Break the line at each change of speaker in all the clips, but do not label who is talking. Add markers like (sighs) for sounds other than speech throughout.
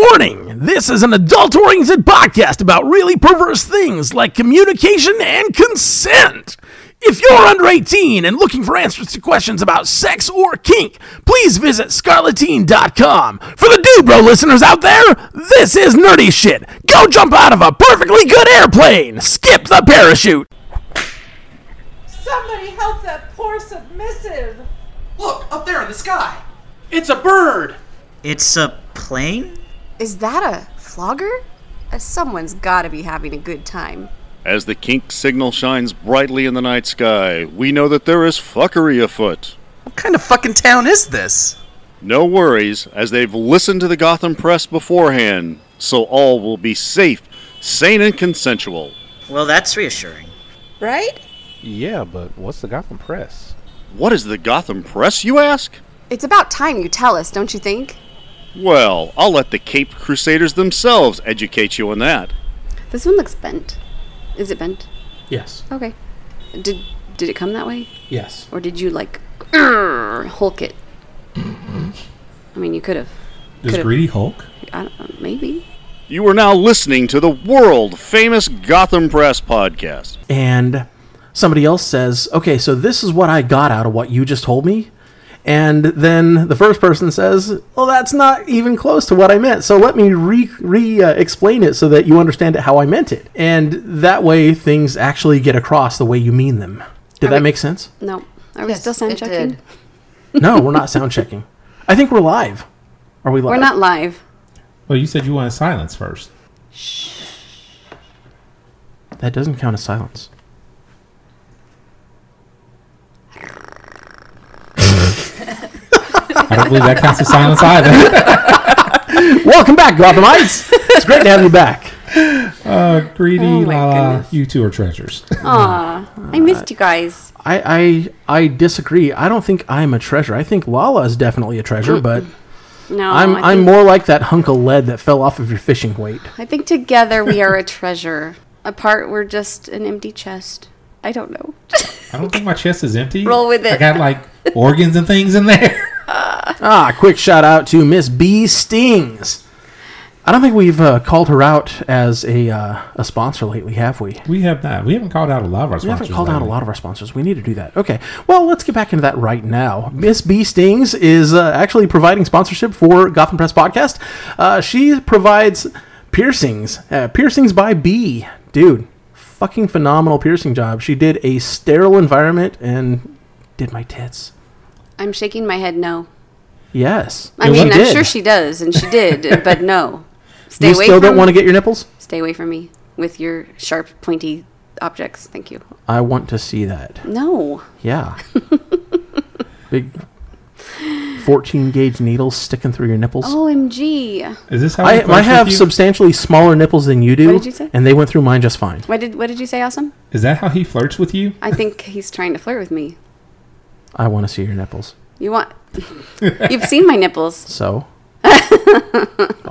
Warning! This is an adult oriented podcast about really perverse things like communication and consent. If you're under 18 and looking for answers to questions about sex or kink, please visit scarletine.com. For the dude bro listeners out there, this is nerdy shit. Go jump out of a perfectly good airplane. Skip the parachute.
Somebody help that poor submissive!
Look, up there in the sky. It's a bird.
It's a plane?
Is that a flogger? Uh, someone's gotta be having a good time.
As the kink signal shines brightly in the night sky, we know that there is fuckery afoot.
What kind of fucking town is this?
No worries, as they've listened to the Gotham press beforehand, so all will be safe, sane, and consensual.
Well, that's reassuring.
Right?
Yeah, but what's the Gotham Press?
What is the Gotham press, you ask?
It's about time you tell us, don't you think?
Well, I'll let the Cape Crusaders themselves educate you on that.
This one looks bent. Is it bent?
Yes.
Okay. Did did it come that way?
Yes.
Or did you like (clears throat) "Grr," hulk it? I mean, you could have.
Is
Could've-
Greedy Hulk?
I don't know, maybe.
You are now listening to the world famous Gotham Press podcast.
And somebody else says, okay, so this is what I got out of what you just told me. And then the first person says, well, that's not even close to what I meant. So let me re, re uh, explain it so that you understand it how I meant it. And that way things actually get across the way you mean them. Did that make sense?
No. Are we still sound checking?
No, we're not sound checking. I think we're live. Are we live?
We're not live.
Well, you said you wanted silence first.
That doesn't count as silence.
I don't believe that counts as silence
(laughs)
either.
Welcome back, Gothamites. it's great to have you back.
Uh, greedy,
Oh my
la la,
goodness.
you two are treasures.
Uh,
I missed you guys.
I, I I disagree. I don't think I'm a treasure. I think Lala is definitely a treasure, but
No,
I'm
I
I'm
think-
more like that hunk of lead that fell off of your fishing weight.
I think together we are a treasure. (laughs) Apart, we're just an empty chest. I don't know.
I don't think my chest is empty.
Roll with
I
it. (laughs)
got like organs and things in there.
Ah, quick shout out to Miss B Stings. I don't think we've uh, called her out as a uh, a sponsor lately, have we?
We have not. We haven't called out a lot of our
We
sponsors.
haven't called out a
lately.
lot of our sponsors. We need to do that. Okay. Well, let's get back into that right now. Miss B Stings is uh, actually providing sponsorship for Gotham Press Podcast. Uh, she provides piercings, uh, piercings by B. Dude, fucking phenomenal piercing job. She did a sterile environment and did my tits.
I'm shaking my head no.
Yes.
I
It
mean,
was-
I'm
did.
sure she does, and she
(laughs)
did, but no. Stay
You
away
still
from
don't want to get your nipples?
Stay away from me with your sharp, pointy objects. Thank you.
I want to see that.
No. (laughs)
Yeah. Big 14 gauge needles sticking through your nipples.
OMG.
Is this how we
I,
flirt
I have
with you?
substantially smaller nipples than you do.
What did you say?
And they went through mine just fine.
What did What did you say, Awesome?
Is that how he flirts with you?
I
(laughs)
think he's trying to flirt with me.
I want to see your nipples.
You want? You've seen my nipples.
(laughs)
So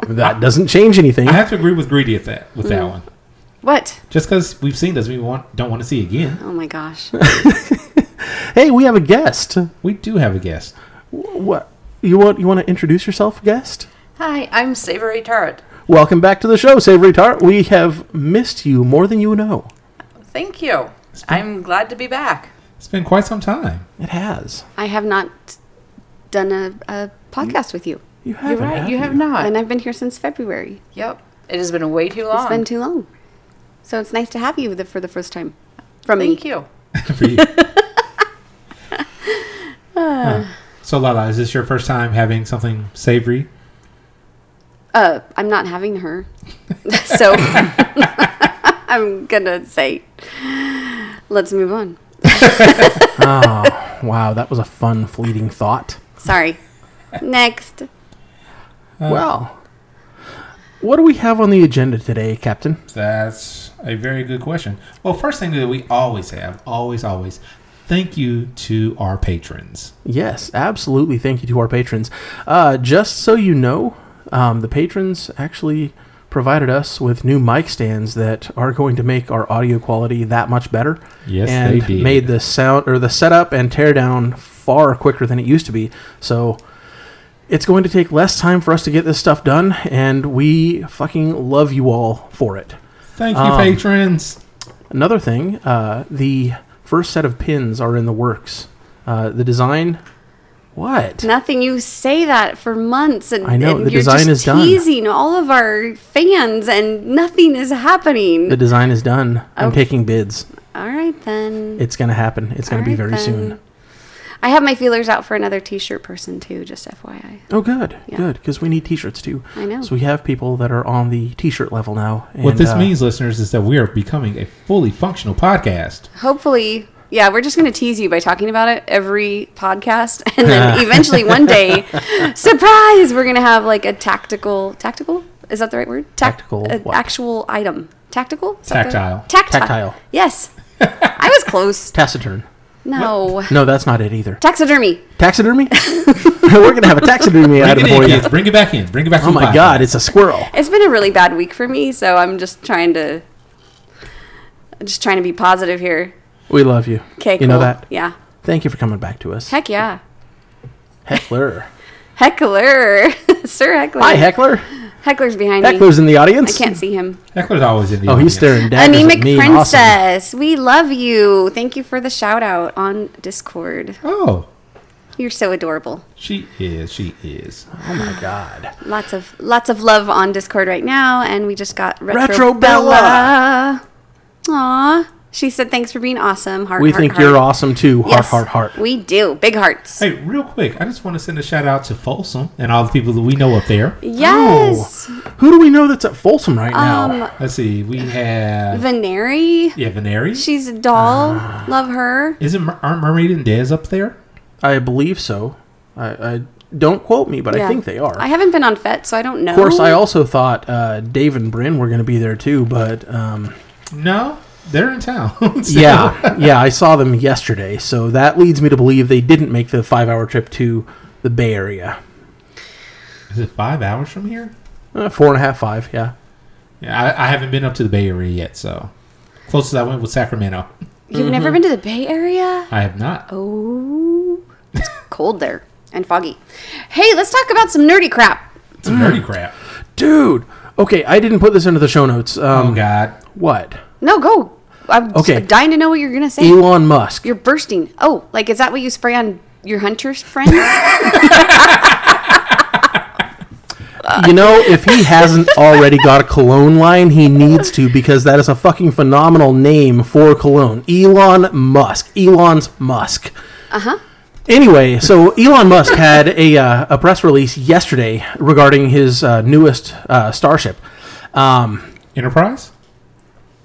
that doesn't change anything.
I have to agree with greedy at that with
Mm.
that one.
What?
Just because we've seen doesn't mean we want don't want to see again.
Oh my gosh.
Hey, we have a guest.
We do have a guest.
What you want? You want to introduce yourself, guest?
Hi, I'm Savory Tart.
Welcome back to the show, Savory Tart. We have missed you more than you know.
Thank you. I'm glad to be back.
It's been quite some time.
It has.
I have not done a, a podcast with you,
You have.
You're right, you have not.
and I've been here since February.
yep. It has been way too long.
It's been too long, so it's nice to have you the, for the first time from me.
Thank you.
For you. Huh. So Lala, is this your first time having something savory?
Uh, I'm not having her, (laughs) so (laughs) I'm gonna say, let's move on.
Wow, that was a fun, fleeting thought.
Sorry. Next.
Uh, well, what do we have on the agenda today, Captain?
That's a very good question. Well, first thing that we always have, always, always, thank you to our patrons.
Yes, absolutely. Thank you to our patrons. Uh, just so you know, um, the patrons actually provided us with new mic stands that are going to make our audio quality that much better.
Yes,
and
they did.
made the sound or the setup and teardown far quicker than it used to be. So It's going to take less time for us to get this stuff done, and we fucking love you all for it.
Thank you,
Um,
patrons.
Another thing, uh, the first set of pins are in the works. Uh, the design, what?
Nothing. You say that for months, and
I know,
and
the
you're
design
just
is done.
teasing all of our fans, and nothing is happening.
The design is done. I'm taking bids.
all right then.
It's going to happen. It's going to be
Alright
very soon.
then. I have my feelers out for another T-shirt person too. Just FYI.
Oh, good,
Yeah.
good, because we need T-shirts too.
I know.
So we have people that are on the T-shirt level now. And,
what this
uh,
means, listeners, is that we are becoming a fully functional podcast.
Hopefully. Yeah, we're just going to tease you by talking about it every podcast, (laughs) and then eventually
(laughs)
one day, surprise, we're going to have like a tactical, tactical is that the right word? Tac-
Tactical
a
what?
actual item, tactical, Is that the-
Tactile.
tactile,
Tactile. (laughs)
Yes, I was close.
taciturn.
No,
No, that's not it either.
taxidermy. (laughs)
taxidermy. (laughs) We're gonna have a taxidermy
Bring
item
it in,
for you.
kids. Bring it back in. Bring it back. to
Oh
the
my
podcast.
god, it's a squirrel.
It's been a really bad week for me, so I'm just trying to, I'm just trying to be positive here.
We love you.
Okay,
you
cool.
know that.
Yeah.
Thank you for coming back to us,
Heck yeah. (laughs)
heckler.
Heckler, (laughs) Sir Heckler.
Hi, heckler.
Heckler's behind me.
Heckler's in the
I
audience.
can't see him.
Heckler's always in the.
Oh, he's
audience.
staring daggers
Anemic
at me. Awesome.
Princess, we love you. Thank you for the shout out on Discord.
Oh,
You're so adorable.
she is. She is.
Oh my god.
Lots of lots of love on Discord right now, and we just got Retro,
Retro Bella.
Bella. Aw, she said thanks for being awesome. Heart,
We
heart,
think
heart.
you're awesome too. Heart,
Yes,
heart, heart.
We do big hearts.
Hey, real quick, I just want to send a shout out to Folsom and all the people that we know up there.
Yes,
Who do we know that's at Folsom right
Um,
now?
Let's see. We have
Veneri.
yeah, Veneri.
She's a doll.
Ah.
love her.
Isn't Mer- aren't Mermaid and Dez up there?
I believe so. I, I don't quote me, but I
Yeah.
think they are.
I haven't been on FET, so I don't know.
of course, I also thought uh, Dave and Bryn were going to be there too, but um,
No, they're in town. (laughs) So-
yeah, (laughs) yeah, I saw them yesterday, so that leads me to believe they didn't make the five-hour trip to the Bay Area.
Is it five hours from here?
Uh, four and a half, five, yeah.
Yeah, I, I haven't been up to the Bay Area yet, so closest I went was Sacramento.
You've
Mm-hmm.
never been to the Bay Area?
I have not.
Ooh, it's cold there and foggy. Hey, let's talk about some nerdy crap.
It's some nerdy crap.
Dude, okay, I didn't put this into the show notes. Um,
Oh God.
What?
No, go. I'm
Okay.
okay. dying to know what you're gonna say.
Elon Musk.
You're bursting. Oh, like is that what you spray on your hunter's
(laughs)
friends?
You know, if he hasn't already got a cologne line, he needs to because that is a fucking phenomenal name for cologne. Elon Musk. Elon's Musk. Uh huh. Anyway, so Elon Musk had a, uh, a press release yesterday regarding his uh, newest uh, Starship.
Enterprise.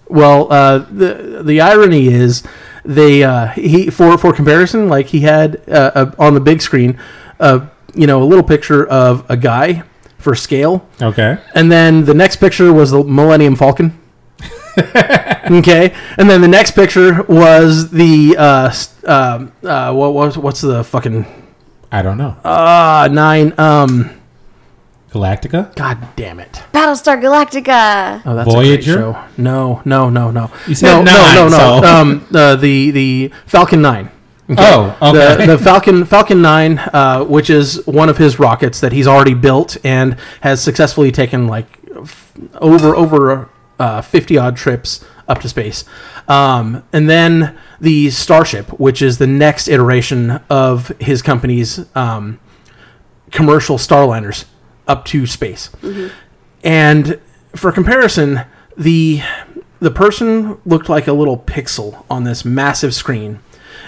Well, uh, the the irony is they uh, he for for comparison, like he had uh, a, on the big screen, uh, you know, a little picture of a guy for scale,
Okay.
and then the next picture was the Millennium
(laughs)
Falcon. okay, and then the next picture was the uh, s- um uh, what was what's the fucking
I don't know.
uh, nine um (laughs)
Galactica.
God damn it!
Battlestar Galactica.
Oh, that's a
Voyager?
great show. No, no, no, no.
You said
no,
nine,
no, no, no.
so-
Um, uh, the the Falcon Nine.
Oh, okay.
the, the Falcon Falcon Nine, uh, which is one of his rockets that he's already built and has successfully taken like f- over over uh, fifty odd trips up to space, um, and then the Starship, which is the next iteration of his company's um, commercial starliners up to space. And for comparison, the the person looked like a little pixel on this massive screen,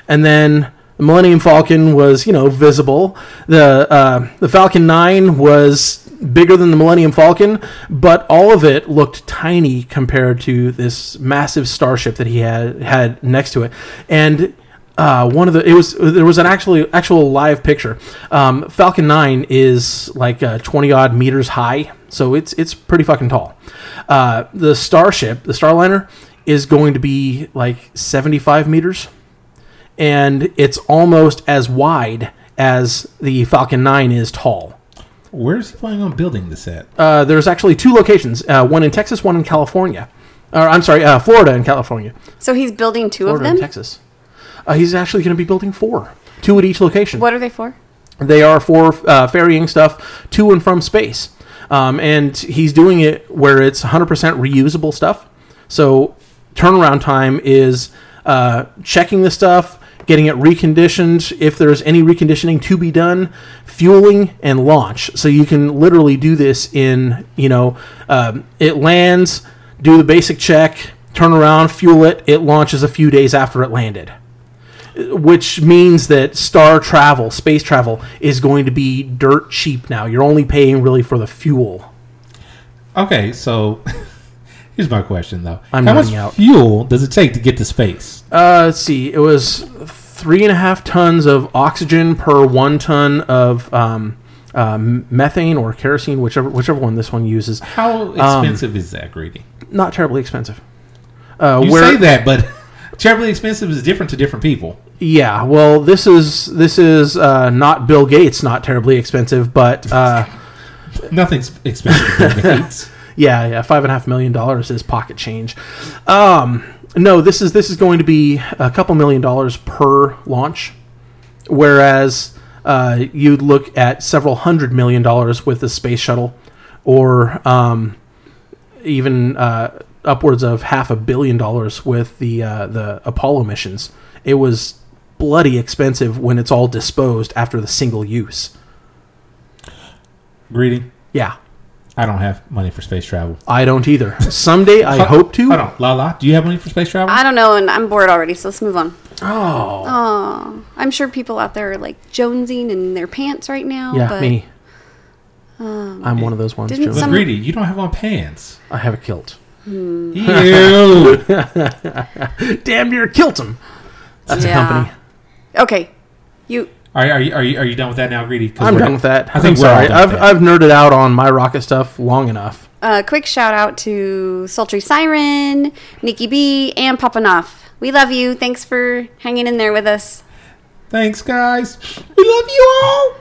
and then the Millennium Falcon was you know visible. The uh, the Falcon Nine was bigger than the Millennium Falcon, but all of it looked tiny compared to this massive starship that he had had next to it, and. Uh, one of the it was there was an actually actual live picture. Um, Falcon Nine is like uh, twenty odd meters high, so it's it's pretty fucking tall. Uh, the starship, the Starliner, is going to be like seventy five meters, and it's almost as wide as the Falcon Nine is tall.
Where's he planning on building the set?
Uh, there's actually two locations, uh, one in Texas, one in California, or I'm sorry, uh, Florida and California,
So he's building two
Florida
of
and
them.
Texas. Uh, he's actually going to be building four, two at each location.
What are they for?
They are for uh, ferrying stuff to and from space. Um, and he's doing it where it's 100% reusable stuff. So turnaround time is uh, checking the stuff, getting it reconditioned, if there's any reconditioning to be done, fueling, and launch. So you can literally do this in, you know, um, it lands, do the basic check, turn around, fuel it, it launches a few days after it landed which means that star travel, space travel, is going to be dirt cheap now. You're only paying really for the fuel.
Okay, so (laughs) here's my question though.
I'm
How much
running out.
fuel does it take to get to space?
Uh, let's see, it was three and a half tons of oxygen per one ton of um, um, methane or kerosene, whichever whichever one this one uses. Um,
How expensive is that, Greedy?
Not terribly expensive. Uh,
You
where-
say that, but (laughs) terribly expensive is different to different people.
Yeah, well, this is this is uh, not Bill Gates, not terribly expensive, but uh,
Nothing's expensive.
(laughs)
to me.
yeah, yeah, five and a half million dollars is pocket change. Um, no, this is this is going to be a couple million dollars per launch, whereas uh, you'd look at several hundred million dollars with the space shuttle, or um, even uh, upwards of half a billion dollars with the uh, the Apollo missions. It was bloody expensive when it's all disposed after the single use.
Greedy,
Yeah,
I don't have money for space travel.
I don't either. Someday I hope to.
Hold on, Lala, do you have money for space travel?
I don't know, and I'm bored already, so let's move on.
Oh.
Oh, I'm sure people out there are like jonesing in their pants right now.
Yeah,
Oh, but um,
me. I'm one of those ones.
didn't
Joe.
But
some-
Greedy, you don't have on pants.
I have a kilt. (laughs)
Ew.
Damn near kilt him. That's
Yeah.
a company.
Okay, you.
Are, are, you, are, you, are you done with that now, Greedy? 'Cause
I'm
we're-
done with that.
I think
I'm
we're all
sorry.
done
I've,
with
I've
that.
nerded out on my rocket stuff long enough.
Uh, quick shout out to Sultry Siren, Nikki B, and Papanoff. We love you. Thanks for hanging in there with us.
Thanks, guys. We love you all.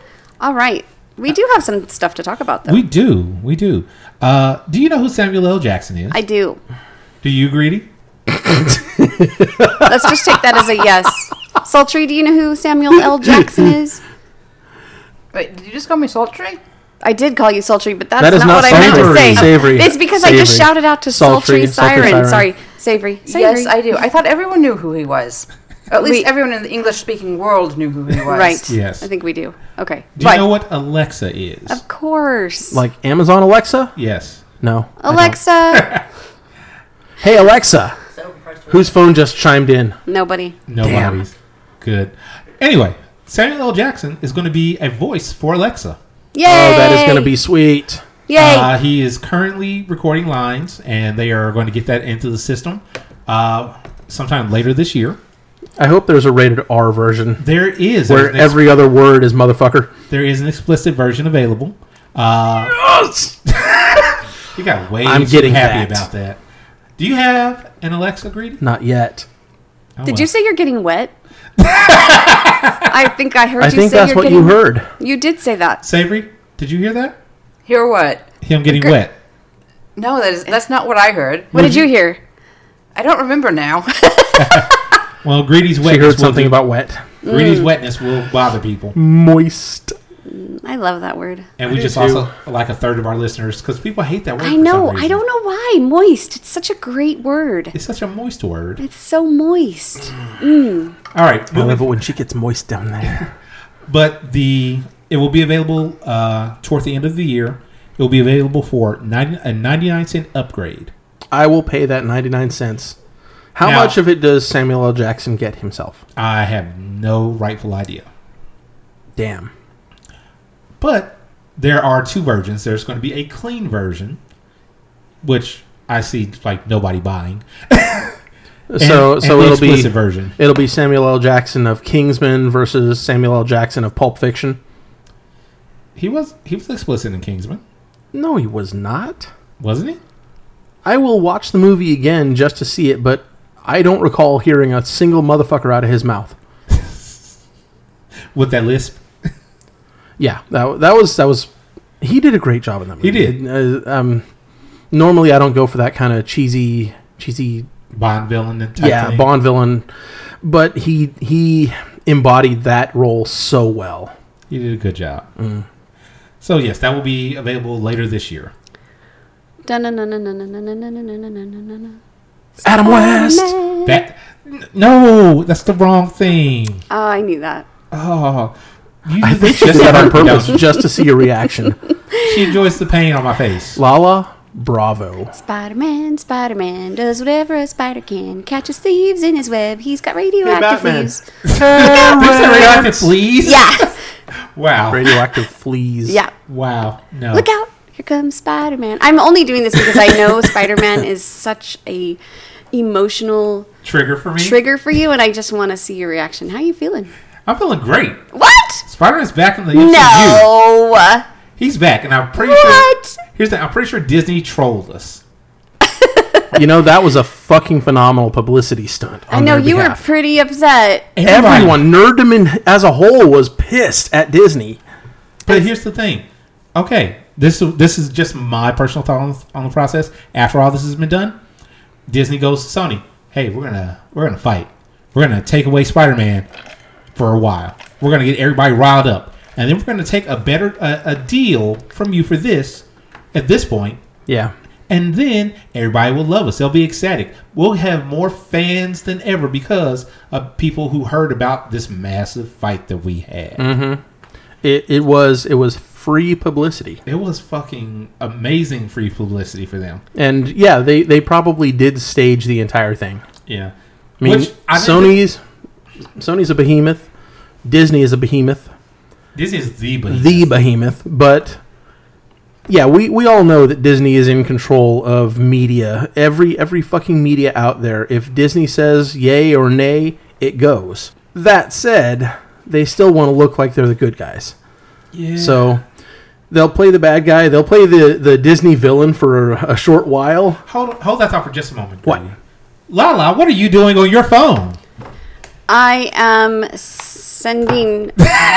All right, we do have some stuff to talk about though.
We do. We do. Uh, do you know who Samuel L. Jackson is?
I do.
do you, Greedy?
Let's just take that as
(laughs)
a yes. Sultry, do you know who Samuel L. Jackson is?
Wait, did you just call me sultry?
I did call you sultry, but that's
That is
not,
not
what I meant to
savory.
say.
Savory.
It's because I just
Savory.
shouted out to
Sultry,
sultry,
sultry
siren.
siren.
Sorry, savory. savory.
Yes, I do. I thought everyone knew who he was. At least
We-
everyone in the English-speaking world knew who he was.
Right.
Yes.
I think we do. Okay.
Do you know what Alexa is?
Of course.
Like Amazon Alexa?
yes.
No. I don't. (laughs)
Alexa.
Hey, Alexa. Whose phone just chimed in?
Nobody.
Nobody's. Good. Anyway, Samuel L. Jackson is going to be a voice for Alexa.
Yay.
Oh, that is going to be sweet.
Yay.
Uh, he is currently recording lines, and they are going to get that into the system uh, sometime later this year.
I hope there's a rated R version
There is there's
where
an ex-
every other word is motherfucker.
there is an explicit version available. Uh, (laughs) you got way
I'm
too
getting
happy
that.
about that. Do you have an Alexa greedy?
Not yet.
Oh,
Did
well.
you say you're getting wet? I think I heard
I
you
think
say
that's
you're
what
getting
you heard.
You did say that.
Savory? Did you hear that?
Hear what?
Him getting wet.
No, that is that's not what I heard.
What did you hear?
I don't remember now. (laughs)
Well, greedy's
She
wetness.
heard
will
something
do-
about wet.
greedy's
Mm.
wetness will bother people,
Moist.
I love that word.
and we just
do too.
lost a- like a third of our listeners because people hate that word.
I know. I don't know why. Moist. It's such a great word.
It's such a moist word.
It's so moist.
All right,
I
moving
love it when she gets moist down there.
but the it will be available uh, toward the end of the year. It will be available for 90, a ninety nine cent upgrade.
I will pay that 99 cents. How
Now-
much of it does Samuel L. Jackson get himself?
I have no rightful idea,
Damn.
but there are two versions. There's going to be a clean version, which I see like nobody buying.
so
and
so
the
it'll be
explicit version.
it'll be Samuel L. Jackson of Kingsman versus Samuel L. Jackson of Pulp Fiction.
He was he was explicit in Kingsman,
No, he was not.
wasn't he?
I will watch the movie again just to see it, but I don't recall hearing a single motherfucker out of his mouth.
With that lisp.
Yeah, that, that was that was he did a great job in that movie.
did.
Uh, um, normally, I don't go for that kind of cheesy cheesy
Bond villain and type
yeah
thing.
Bond villain, but he he embodied that role so well.
You did a good job.
Mm.
So yes, that will be available later this year.
Adam
Adam West.
That n- no, that's the wrong thing.
Oh, I knew that.
Oh, you
I think she did that on purpose just to see your reaction.
She enjoys the pain on my face.
Lala, bravo.
Spider Man, Spider Man does whatever a spider can. Catches thieves in his web. He's got radioactive
Batman.
leaves.
Is that radioactive fleas?
Yeah,
Wow.
Radioactive fleas.
yeah.
Wow. No.
Look out! Here comes Spider Man. I'm only doing this because I
(laughs)
know Spider Man is such a emotional
Trigger for me.
trigger for you, and I just want to see your reaction. How you feeling?
I'm feeling great.
What?
Spider-Man's back in the MCU.
No.
He's back, and I'm pretty
What?
sure. Here's the. I'm pretty sure Disney trolled us.
You know, that was a fucking phenomenal publicity stunt.
I know you were pretty upset.
Everyone, nerddom as a whole, was pissed at Disney.
But here's the thing. Okay, this this is just my personal thought on, on the process. After all this has been done, Disney goes to Sony. Hey, we're gonna we're gonna fight. We're gonna take away Spider-Man for a while. We're gonna get everybody riled up, and then we're gonna take a better a, a deal from you for this at this point,
Yeah.
and then everybody will love us. They'll be ecstatic. We'll have more fans than ever because of people who heard about this massive fight that we had.
It, it was it was free publicity.
It was fucking amazing free publicity for them.
And yeah, they, they probably did stage the entire thing.
Yeah.
I mean,
Which I Sony
Sony's Sony's a behemoth. Disney is a behemoth,
this is the behemoth.
the behemoth. But yeah, we, we all know that Disney is in control of media. Every every fucking media out there. If Disney says yay or nay, it goes. That said, they still want to look like they're the good guys.
yeah.
So they'll play the bad guy. They'll play the the Disney villain for a short while.
hold hold that thought for just a moment.
What?
Brady. Lala, what are you doing on your phone?
I am sending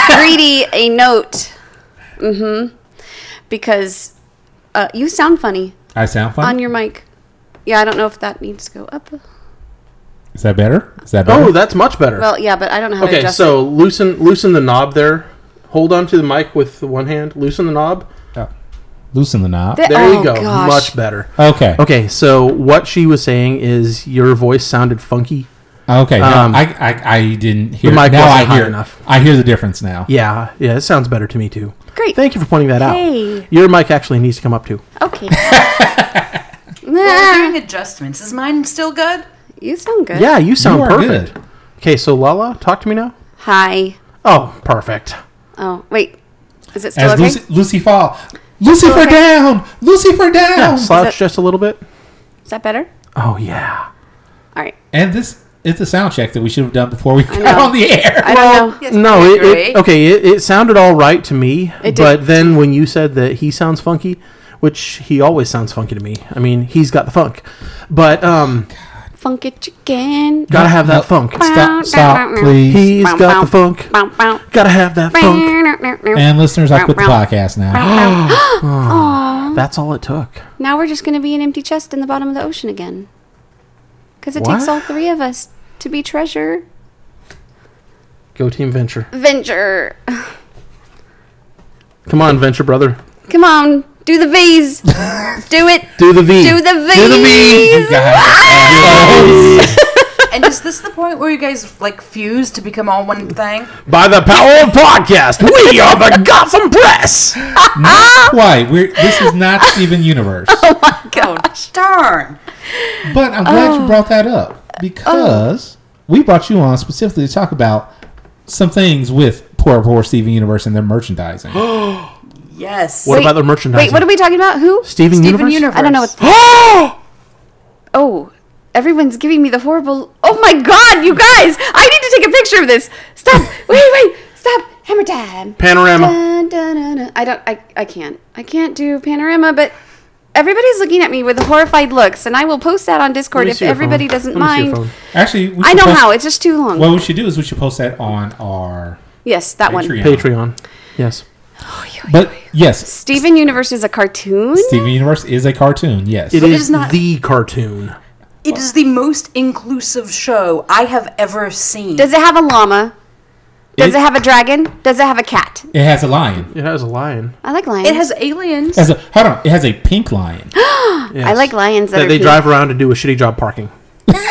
Greedy a note. Mm-hmm. Because uh, you sound funny
I sound fun.
on your mic. Yeah, I don't know if that needs to go up.
is that better? Is that better?
Oh, that's much better.
Well, yeah, but I don't know how to
Okay,
adjust
so loosen loosen the knob there. Hold on to the mic with the one hand. Loosen the knob.
Oh. Loosen the knob.
it.
There
oh,
you go.
Gosh.
Much better.
okay. Okay.
Okay, so what she was saying is your voice sounded funky.
Okay. no,
Um,
I, I I didn't hear.
mic
now
wasn't
I
high
hear
enough.
I hear the difference now.
Yeah, yeah, it sounds better to me too.
Great.
Thank you for pointing that
Hey.
out. Your mic actually needs to come up too.
Okay.
Well, we're
nah,
doing adjustments. Is mine still good?
you sound good.
Yeah, you sound
you are
perfect.
good.
Okay, so Lala, talk to me now.
Hi.
Oh, perfect.
Oh, wait. Is it still
As
okay?
Lucy, Lucy fall. Lucifer
okay?
down. Lucifer down.
(laughs)
Oh,
Yeah, slouch
that-
just a little bit.
Is that better?
Oh yeah.
All right.
And this is the sound check that we should have done before we got
know.
on the air.
I don't know.
Yes,
No,
I
it, it
agree.
okay. It, it sounded all right to me,
It did.
but then when you said that he sounds funky, which he always sounds funky to me. I mean, he's got the funk, but um,
Funky chicken.
gotta have that funk.
Stop, stop, please.
He's got the funk.
Bow, bow.
Gotta have that funk.
And listeners, I quit the podcast now.
That's all it took.
Now we're just going to be an empty chest in the bottom of the ocean again. Because it takes
What?
all three of us to be treasure.
Go team venture.
Venture.
Come on, venture brother.
Come on. Do the V's. Do it.
Do the V.
Do the V's.
You guys.
And is this the point where you guys like fuse to become all one
(laughs)
thing?
By the power of podcast, we are the Gotham Press.
Not quite. We're, this is not Steven Universe.
Gosh darn!
But I'm glad you brought that up because we brought you on specifically to talk about some things with Poor Poor Steven Universe and their merchandising.
Yes.
What
Wait,
about the merchandise?
Wait, what are we talking about? Who?
Steven Universe?
I don't know
(gasps)
what. Oh, everyone's giving me the horrible. Oh my god, you guys! I need to take a picture of this.
(laughs)
Stop! wait, wait, stop! Hammer time.
Panorama.
Dun, dun, dun, dun. I don't. I. I can't. I can't do panorama. But everybody's looking at me with horrified looks, and I will post that on
Let
Discord
me
if
see your
everybody
phone.
doesn't
Let me see your
mind.
phone.
Actually, we
I
should
know
post-
how. It's just too long.
What we should do is we should post that on our
yes, that one.
Patreon.
Patreon. Yes.
But yes,
Steven Universe is a cartoon.
Steven Universe is a cartoon. Yes,
It
is
is
not-
the cartoon.
It is the most inclusive show I have ever seen.
Does it have a llama? Does it, have a dragon? Does it have a cat?
It has a lion.
It has a lion.
I like lions.
It has aliens.
It has a hold on. It has a pink lion.
I like lions that,
That
are
they
cute.
drive around and do a shitty job parking.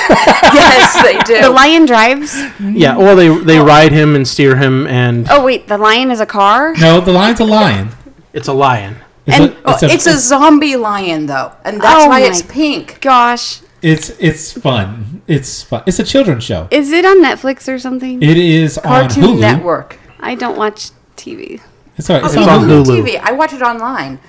yes, they do.
The lion drives.
Yeah, or they they ride him and steer him, and
Oh wait, the lion is a car.
No, the lion's a lion.
it's a lion.
It's
And-
a, it's, a,
it's a zombie lion though, and that's
Oh
why
my-
it's pink.
Gosh,
it's it's fun. It's fun. It's a children's show.
is it on Netflix or something?
It is on
Cartoon
Hulu.
Network.
I don't watch TV.
It's, all right. it's
See,
on Hulu.
Hulu
Hulu.
TV. I watch it online.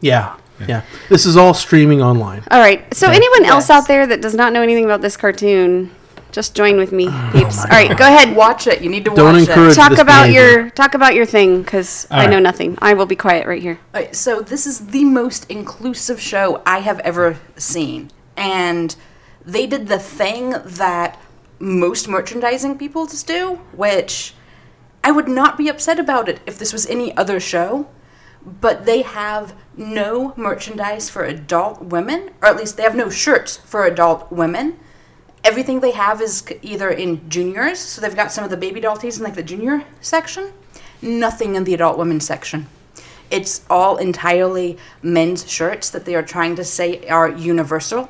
Yeah, yeah. This is all streaming online.
All right. So anyone else
Yes.
out there that does not know anything about this cartoon, just join with me, peeps. All right, go ahead.
Watch it. You need to
Don't
watch
encourage-
it.
Talk
this
about
behavior.
your talk about your thing because I
right.
know nothing. I will be quiet right here.
Alright, so this is the most inclusive show I have ever seen, and they did the thing that most merchandising people just do, which I would not be upset about it if this was any other show. But they have no merchandise for adult women, or at least they have no shirts for adult women. Everything they have is c- either in juniors, so they've got some of the baby doll tees in like the junior section. Nothing in the adult women section. It's all entirely men's shirts that they are trying to say are universal.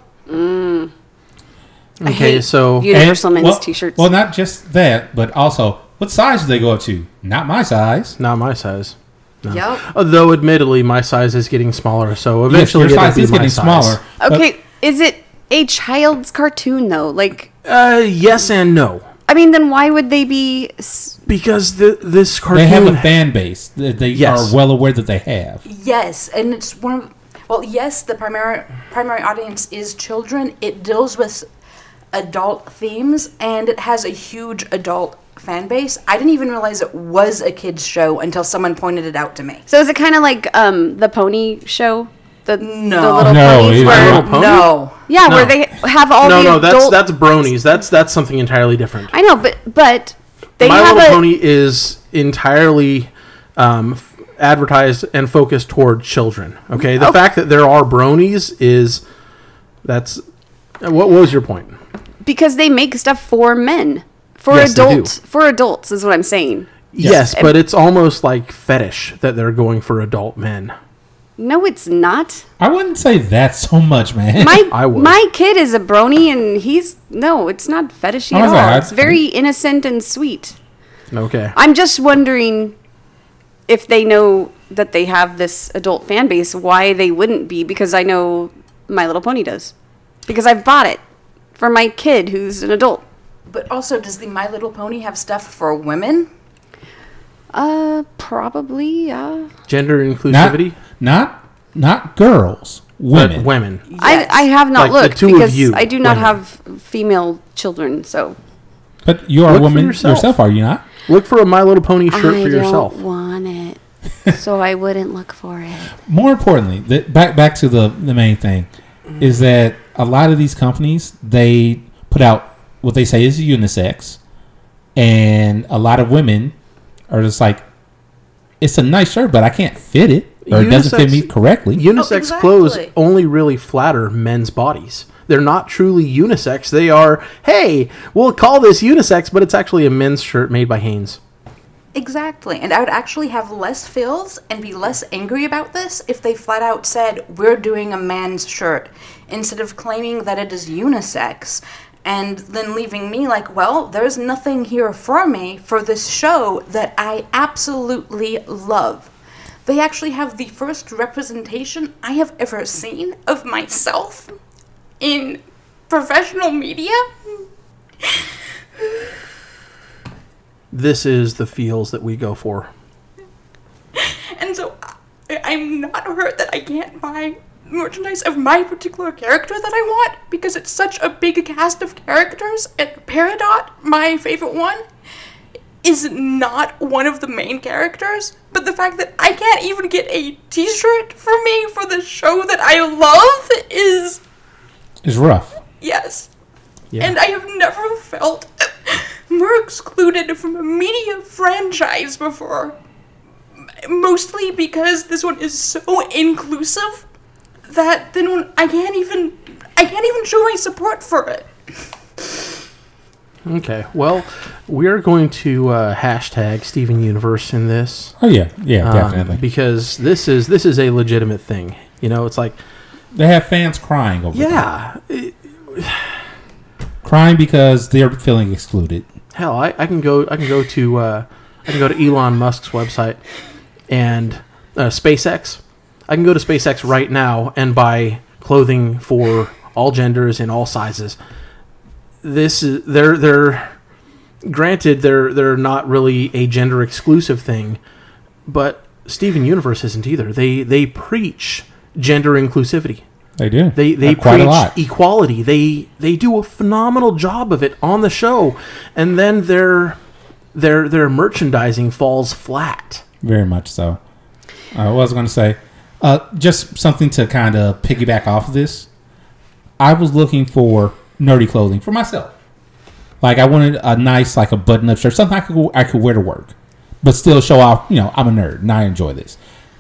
Okay, so
And-
Universal men's
well-
t-shirts.
Well, not just that, but also what size do they go up to? Not my size.
not my size.
Yep.
Although, admittedly, my size is getting smaller, so
Yes,
eventually
your
it'll
size
be
is
my
getting
size.
smaller. but-
Okay, is it a child's cartoon though? Like,
Uh, yes and no,
I mean, then why would they be? s-
because the, this
They
cartoon
have a fan base that they
Yes.
are well aware that they have.
Yes, and it's one of well, yes, the primary primary audience is children. It deals with adult themes and it has a huge adult fan base. I didn't even realize it was a kids show until someone pointed it out to me.
So is it kind of like um the pony show? The the
No.
little
No,
ponies
it-
where
Little Pony?
No.
yeah,
No.
where they have all
No,
the
no, that's
adult.
that's bronies. That's that's something entirely different.
I know, but but they
My
have
Little
a
Pony is entirely um, f- advertised and focused toward children. Okay,
Oh.
the fact that there are bronies is that's what, what was your point?
because they make stuff for men, for
Yes, they do.
adults, for adults is what I'm saying.
Yes, but it's almost like fetish that they're going for adult men.
No, it's not.
I wouldn't say that so much, man.
My
(laughs) I would.
my kid is a brony, and he's no, it's not fetishy
I
at
was
all.
like, I-
it's very innocent and sweet.
Okay.
I'm just wondering if they know that they have this adult fan base, why they wouldn't be, because I know My Little Pony does. Because I've bought it for my kid who's an adult.
But also does the My Little Pony have stuff for women?
Uh, probably, yeah.
Gender
(laughs) not,
inclusivity.
not not girls,
but
women.
women.
I, I have
Like
not
the
looked
two of
because
you,
I do not
women.
have female children, so
But you are
Look for
a woman
yourself.
yourself. are you not?
Look for a My Little Pony shirt
I
for yourself.
don't
(laughs)
want it. so I wouldn't look for it.
More importantly, the, back back to the the main thing is that a lot of these companies they put out what they say is unisex, and a lot of women are just like, it's a nice shirt, but I can't fit it, or it doesn't fit
Unisex-
me correctly.
Unisex
Oh, exactly.
clothes only really flatter men's bodies. They're not truly unisex. They are, hey, we'll call this unisex, but it's actually a men's shirt made by Hanes.
Exactly. And I would actually have less feels and be less angry about this if they flat out said, we're doing a man's shirt, instead of claiming that it is unisex and then leaving me like, well, there's nothing here for me for this show that I absolutely love. They actually have the first representation I have ever seen of myself in professional media.
This is the feels that we go for.
And so I- I'm not hurt that I can't buy merchandise of my particular character that I want because it's such a big cast of characters. And Peridot, my favorite one, is not one of the main characters. But the fact that I can't even get a t shirt for me for the show that I love is
It's rough.
yes. And I have never felt more excluded from a media franchise before. Mostly because this one is so inclusive that then when I can't even I can't even show my support for it.
Okay. Well, we are going to uh, hashtag Steven Universe in this.
Oh yeah, yeah,
um,
definitely.
because this is this is a legitimate thing. You know, it's like
they have fans crying over it.
yeah,
crying because they're feeling excluded.
hell, I, I can go I can go to uh, I can go to Elon Musk's website and uh, SpaceX. I can go to SpaceX right now and buy clothing for all genders and all sizes. This is they're they're granted they're they're not really a gender exclusive thing, but Steven Universe isn't either. They they preach gender inclusivity.
They do.
They they
Uh, quite
preach e
a lot.
equality. They they do a phenomenal job of it on the show, and then their their their merchandising falls flat.
Very much so. Uh, what I was going to say, uh, just something to kind of piggyback off of this. I was looking for nerdy clothing for myself. Like I wanted a nice, like a button-up shirt, something I could I could wear to work, but still show off. You know, I'm a nerd and I enjoy this.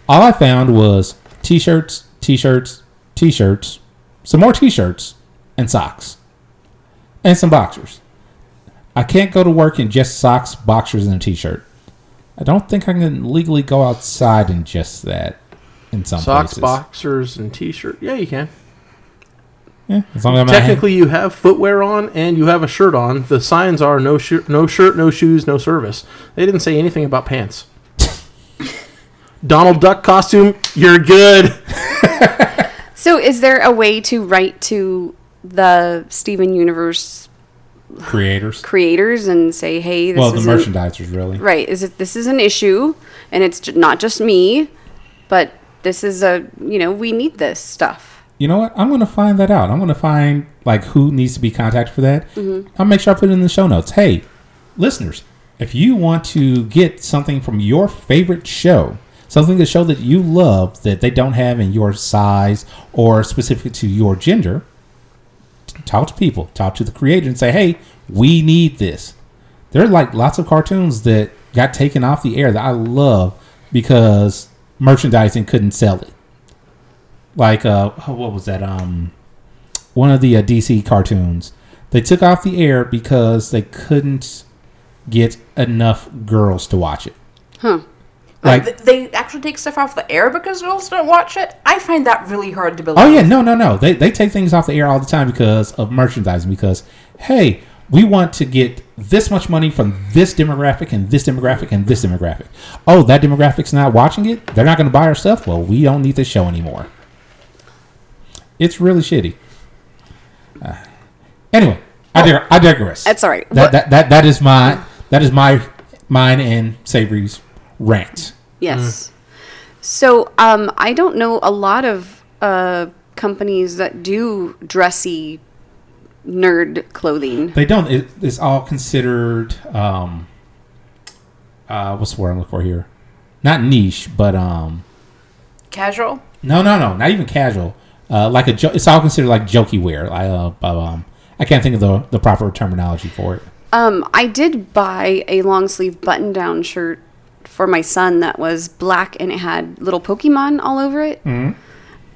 All I found was t-shirts, t-shirts, t-shirts, some more t-shirts, and socks, and some boxers. I can't go to work in just socks, boxers, and a t-shirt. I don't think I can legally go outside in just that. In some
Socks,
places,
boxers, and t-shirt. Yeah, you can.
Yeah, as long as I'm not-
Technically, you have footwear on and you have a shirt on. The signs are no shirt, no shirt, no shoes, no service. They didn't say anything about pants. (laughs) Donald Duck costume, you're good.
So, is there a way to write to the Steven Universe
creators.
creators and say, "Hey, this
well, the
is
merchandisers really.
right? Is it this is an issue, and it's ju- not just me, but this is a you know we need this stuff."
You know what? I'm going to find that out. I'm going to find like who needs to be contacted for that.
Mm-hmm.
I'll make sure I put it in the show notes. Hey, listeners, if you want to get something from your favorite show, something the show that you love that they don't have in your size or specific to your gender, t- talk to people, talk to the creator, and say, "Hey, we need this." There are like lots of cartoons that got taken off the air that I love because merchandising couldn't sell it like uh oh, what was that um one of the uh, DC cartoons they took off the air because they couldn't get enough girls to watch it. Huh. Like
Th- they actually take stuff off the air because girls don't watch it. I find that really hard to believe.
Oh yeah, no, no, no. They they take things off the air all the time because of merchandising. Because hey, we want to get this much money from this demographic and this demographic and this demographic. Oh, that demographic's not watching it. They're not going to buy our stuff. Well, we don't need this show anymore. It's really shitty. Uh, anyway, I, dig- I digress.
That's all right.
That, that that that is my that is my mine and Savory's rant.
Yes. So um, I don't know a lot of uh, companies that do dressy nerd clothing.
They don't. It, it's all considered. Um, uh, what's the word I'm looking for here? Not niche, but um,
Casual.
no, no, no, not even casual. Uh, like a, jo- it's all considered like jokey wear. I, uh, um, I can't think of the the proper terminology for it.
Um, I did buy a long sleeve button down shirt for my son that was black and it had little Pokemon all over it.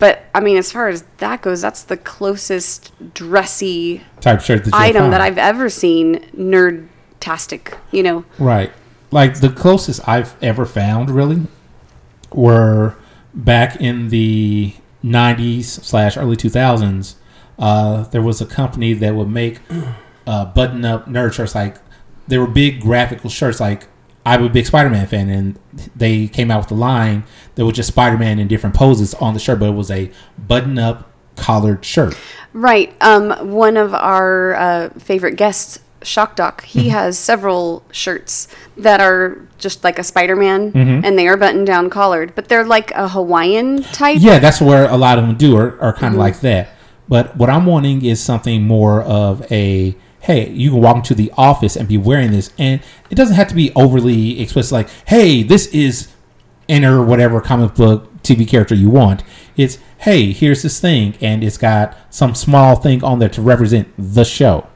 But I mean, as far as that goes, that's the closest dressy
Type shirt that you'll
item
find.
that I've ever seen nerd tastic, you know.
Right. Like the closest I've ever found, really, were back in the 90s slash early 2000s. Uh, there was a company that would make (clears throat) uh, button up nerd shirts. Like they were big graphical shirts. Like I'm a big Spider Man fan, and they came out with a line that was just Spider Man in different poses on the shirt, but it was a button up collared shirt.
Right. Um, one of our uh, favorite guests, Shock Doc,
Mm-hmm.
he has several shirts that are just like a Spider Man
Mm-hmm.
and they are button down collared, but they're like a Hawaiian type.
Yeah, that's where a lot of them do are, are kind of
Mm-hmm.
like that. But what I'm wanting is something more of a hey, you can walk into the office and be wearing this, and it doesn't have to be overly explicit. Like, hey, this is enter whatever comic book TV character you want. It's hey, here's this thing, and it's got some small thing on there to represent the show.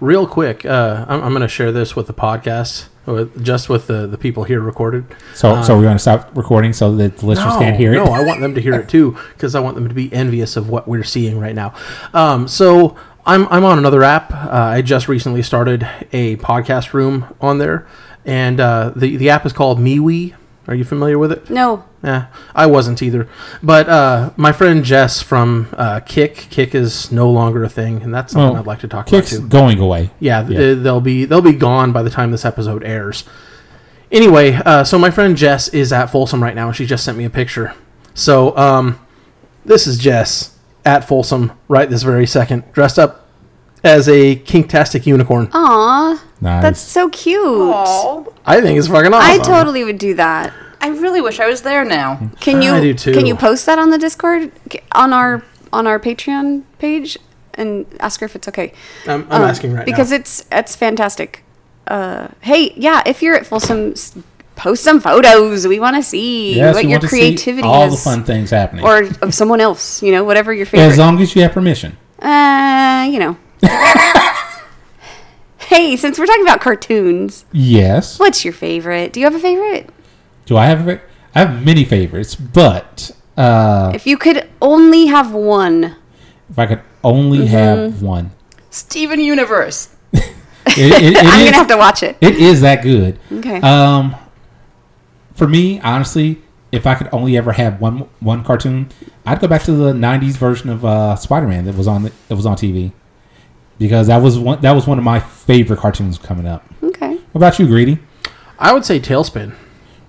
Real quick, uh, I'm, I'm going to share this with the podcast, with, just with the, the people here recorded.
So, so
Uh.
we're going to stop recording so that the listeners
Oh,
can't hear it.
No, I want them to hear it too because I want them to be envious of what we're seeing right now. Um, so I'm I'm on another app. Uh, I just recently started a podcast room on there, and uh, the the app is called MeWe. Are you familiar with it?
No.
Yeah, I wasn't either. But uh, my friend Jess from uh, Kick, Kick is no longer a thing, and that's something
Well,
I'd like to talk
Kick's
about too.
going away.
Yeah, th- they'll be they'll be gone by the time this episode airs. Anyway, uh, so my friend Jess is at Folsom right now, and she just sent me a picture. So um, this is Jess at Folsom right this very second, dressed up as a kinktastic unicorn.
Oh. Aw,
Nice.
that's so cute.
Oh,
I think it's fucking awesome.
I totally would do that.
I really wish I was there
Hmm.
now.
Can you
I do too.
can you post that on the Discord K- on our on our Patreon page and ask her if it's okay?
I'm, I'm
Um,
asking right
because
now.
it's it's fantastic. Uh, hey, yeah, if you're at Folsom, s- post some photos. We want to see
Yes,
what
we
your
want to see
creativity
all
is,
the fun things happening,
or of someone else. You know, whatever your favorite.
as long as you have permission.
uh, you
(laughs)
know. hey, since we're talking about cartoons,
Yes.
what's your favorite? Do you have a favorite?
Do I have? A, fa- I have many favorites, but uh,
If you could only have one,
if I could only
Mm-hmm. (laughs)
have one,
Steven Universe.
It- it- it
I'm
is-
gonna have to watch it.
It is that good.
Okay.
Um, for me, honestly, if I could only ever have one one cartoon, I'd go back to the '90s version of uh, Spider-Man that was on the, that was on TV because that was one that was one of my favorite cartoons coming up.
Okay.
What about you, Greedy?
I would say Tailspin.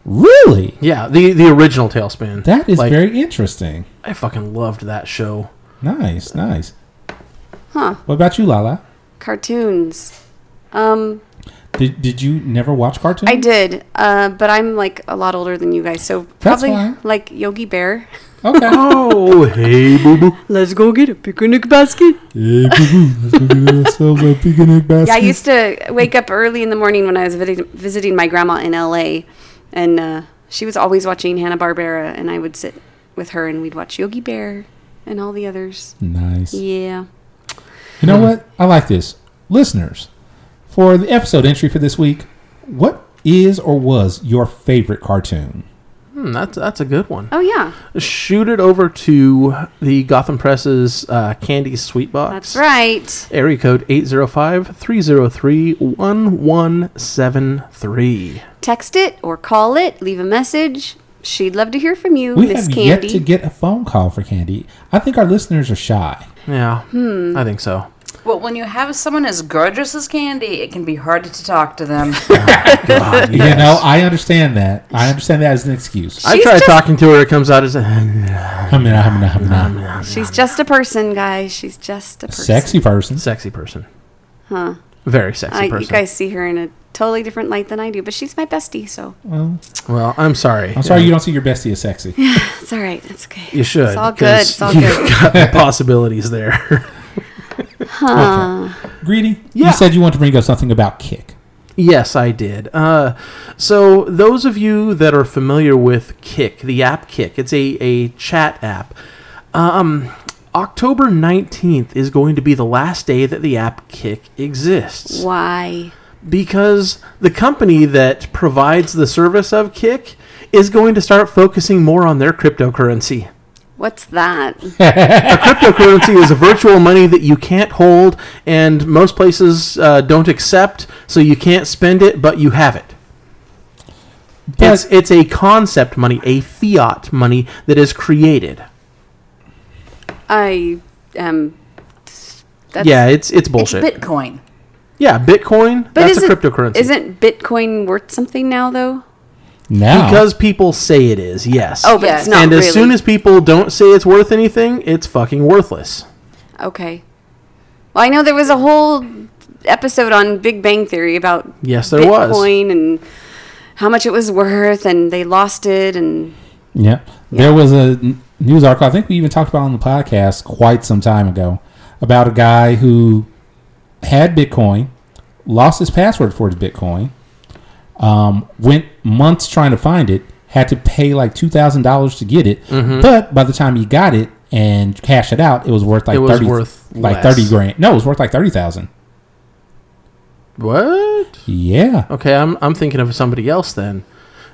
Really?
Yeah, the the original Tailspin.
That is
like,
very interesting.
I fucking loved that show.
Nice, nice. Huh. What about you, Lala?
Cartoons. Um,
Did, did you never watch cartoons?
I did, uh, but I'm like a lot older than you guys, so
That's
probably
fine.
like Yogi Bear.
Okay. (laughs)
Oh, hey, boo boo.
Let's go get a picnic basket. Yeah, I used to wake up early in the morning when I was visi- visiting my grandma in LA, and uh, she was always watching Hanna Barbera, and I would sit with her and we'd watch Yogi Bear and all the others.
nice.
Yeah.
You know what? I like this. Listeners, for the episode entry for this week, what is or was your favorite cartoon?
Hmm, that's that's a good one.
Oh yeah,
shoot it over to the Gotham Press's uh, Candy Sweet Box.
that's right.
Area code 805-303-1173.
Text it or call it. Leave a message. She'd love to hear from you,
We
Miss
have
Candy.
yet to get a phone call for Candy. I think our listeners are shy.
Yeah,
Hmm.
I think
(laughs)
so.
But when you have someone as gorgeous as Candy, it can be hard to talk to them.
You know, I understand that. I understand that as an excuse.
I
She's
tried
just-
talking to her. It comes out as a (laughs)
I mean, I mean, I mean, I mean,
She's just a person, guys. She's just a person.
sexy person.
sexy person. Huh. Very sexy
I,
person.
you guys see her in a totally different light than I do, but she's my bestie, so
well, I'm sorry.
I'm sorry you don't see your bestie as sexy.
it's all right. It's okay.
You should.
It's all good.
'cause
It's all
you've
good.
got the possibilities there. (laughs)
Greedy,
Yeah.
you said you wanted to bring up something about Kick.
Yes, I did. Uh, so, those of you that are familiar with Kick, the app Kick, it's a, a chat app. Um, October 19th is going to be the last day that the app Kick exists
Why?
because the company that provides the service of Kick is going to start focusing more on their cryptocurrency. (laughs)
What's that?
cryptocurrency is a virtual money that you can't hold, and most places uh, don't accept, so you can't spend it, but you have it. It's, it's a concept money, a fiat money that is created.
I um. That's,
yeah, it's it's
it's
bullshit.
Bitcoin.
yeah, Bitcoin. that's a
isn't-
cryptocurrency.
Isn't Bitcoin worth something now, though?
Now,
because people say it is. Yes.
Oh, but
Yes.
it's not
and
really.
as soon as people don't say it's worth anything, it's fucking worthless.
okay. Well, I know there was a whole episode on Big Bang Theory about
Yes, there was.
Bitcoin and how much it was worth, and they lost it, and
Yeah. There was a n- news article, I think we even talked about on the podcast quite some time ago, about a guy who had Bitcoin, lost his password for his Bitcoin, um, went months trying to find it, had to pay like $2,000 to get it.
Mm-hmm.
But by the time he got it and cashed it out, it was worth like
It was
30
worth
like
less.
30 grand. No, it was worth like 30,000.
What?
Yeah.
Okay, I'm, I'm thinking of somebody else then.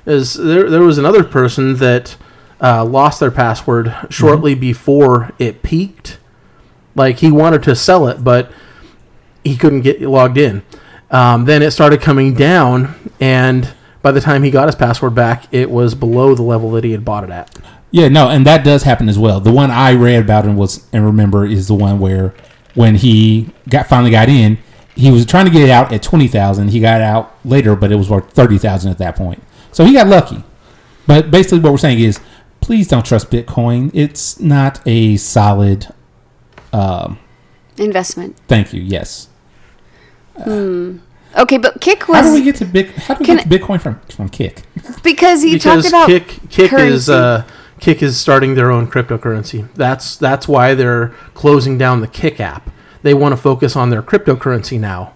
Is there there was another person
Mm-hmm.
that uh, lost their password shortly before it peaked, Like he wanted to sell it, but he couldn't get logged in. Um, then it started coming down, and by the time he got his password back, it was below the level that he had bought it at.
Yeah, no, and that does happen as well. The one I read about and was and remember is the one where when he got finally got in, he was trying to get it out at twenty thousand. He got out later, but it was worth thirty thousand at that point. So he got lucky. But basically, what we're saying is, please don't trust Bitcoin. It's not a solid. Um,
Investment.
thank you. Yes.
Okay, but Kick
How do
was
we get to Bit? How do we
Can
get to Bitcoin from from Kick?
because he
because
talked about
kick kick is
currency.
uh, kick is starting their own cryptocurrency. That's that's why they're closing down the Kick app. They want to focus on their cryptocurrency now.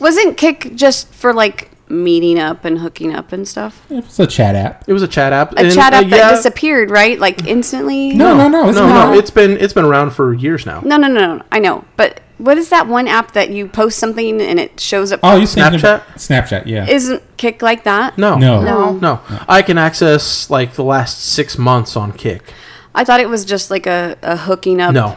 wasn't Kick just for like meeting up and hooking up and stuff?
It's a chat app.
It was a chat app.
A
and,
chat
uh,
app
yeah-
that disappeared, right? Like instantly.
No, no, no. It's
no,
not.
no. It's been it's been around for years now.
No, no, no, no. I know, but what is that one app that you post something and it shows up?
oh, you thinking
Snapchat?
about- Snapchat. Yeah.
Isn't Kick like that?
No,
No.
No.
no. I can access like the last six months on Kick.
I thought it was just like a, a hooking up.
No.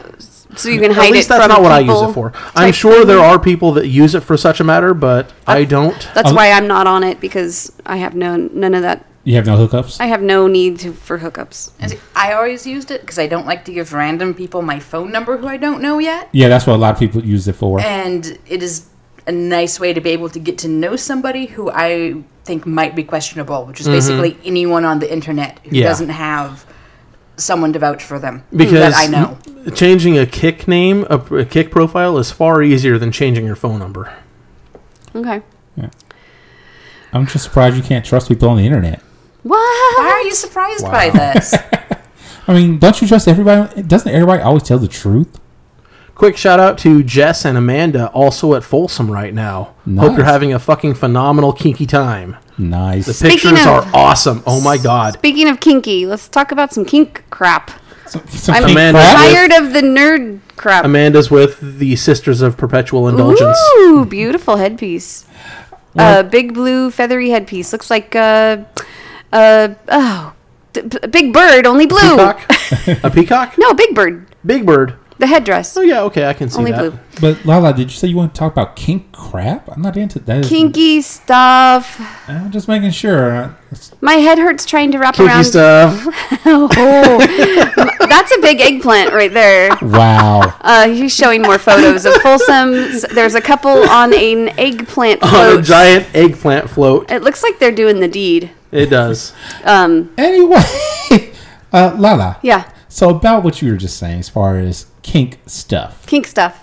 So you can hide
At least
it
that's
from
not what I use
people
it for. I'm
type
sure
thing.
there are people that use it for such a matter, but I don't.
That's why I'm not on it because I have no none of that.
you have no hookups.
I have no need to, for hookups.
And see, I always used it because I don't like to give random people my phone number who I don't know yet.
yeah, that's what a lot of people use it for.
Eh.
and it is a nice way to be able to get to know somebody who I think might be questionable, which is basically anyone on the internet who
Mm-hmm. Yeah.
doesn't have someone to vouch for them
because
that I know.
changing a kick name a, a kick profile is far easier than changing your phone number
Okay.
I'm just surprised you can't trust people on the internet.
Why
What?
are you surprised by this?
I mean, don't you trust everybody? Doesn't everybody always tell the truth?
quick shout out to jess and amanda also at folsom right now hope
Nice.
you're having a fucking phenomenal kinky time the
Nice.
Speaking
pictures
of-
are awesome oh my god
Speaking of kinky, let's talk about some kink crap.
Some, some
I'm
pink
Amanda-
crap.
Right.
tired of the nerd crap.
amanda's with the sisters of perpetual indulgence
Ooh, beautiful headpiece. Uh, big blue feathery headpiece. Looks like uh, uh, oh, d- b- big bird, only blue. (laughs)
peacock a peacock
No, big bird.
big bird
The headdress,
oh yeah okay i can see
only
that
blue.
But Lala, did you say you want to talk about kink crap? I'm not into that.
Kinky stuff.
I'm just making sure.
My head hurts trying to wrap
kinky
around.
stuff
(laughs) Oh, (laughs) that's a big eggplant right there.
Wow.
Uh, he's showing more photos of Folsom's. There's a couple on an eggplant
on a
float.
giant eggplant float
it looks like they're doing the deed.
it does
(laughs) anyway, (laughs) uh, Lala.
Yeah,
So about what you were just saying, as far as kink stuff,
kink stuff.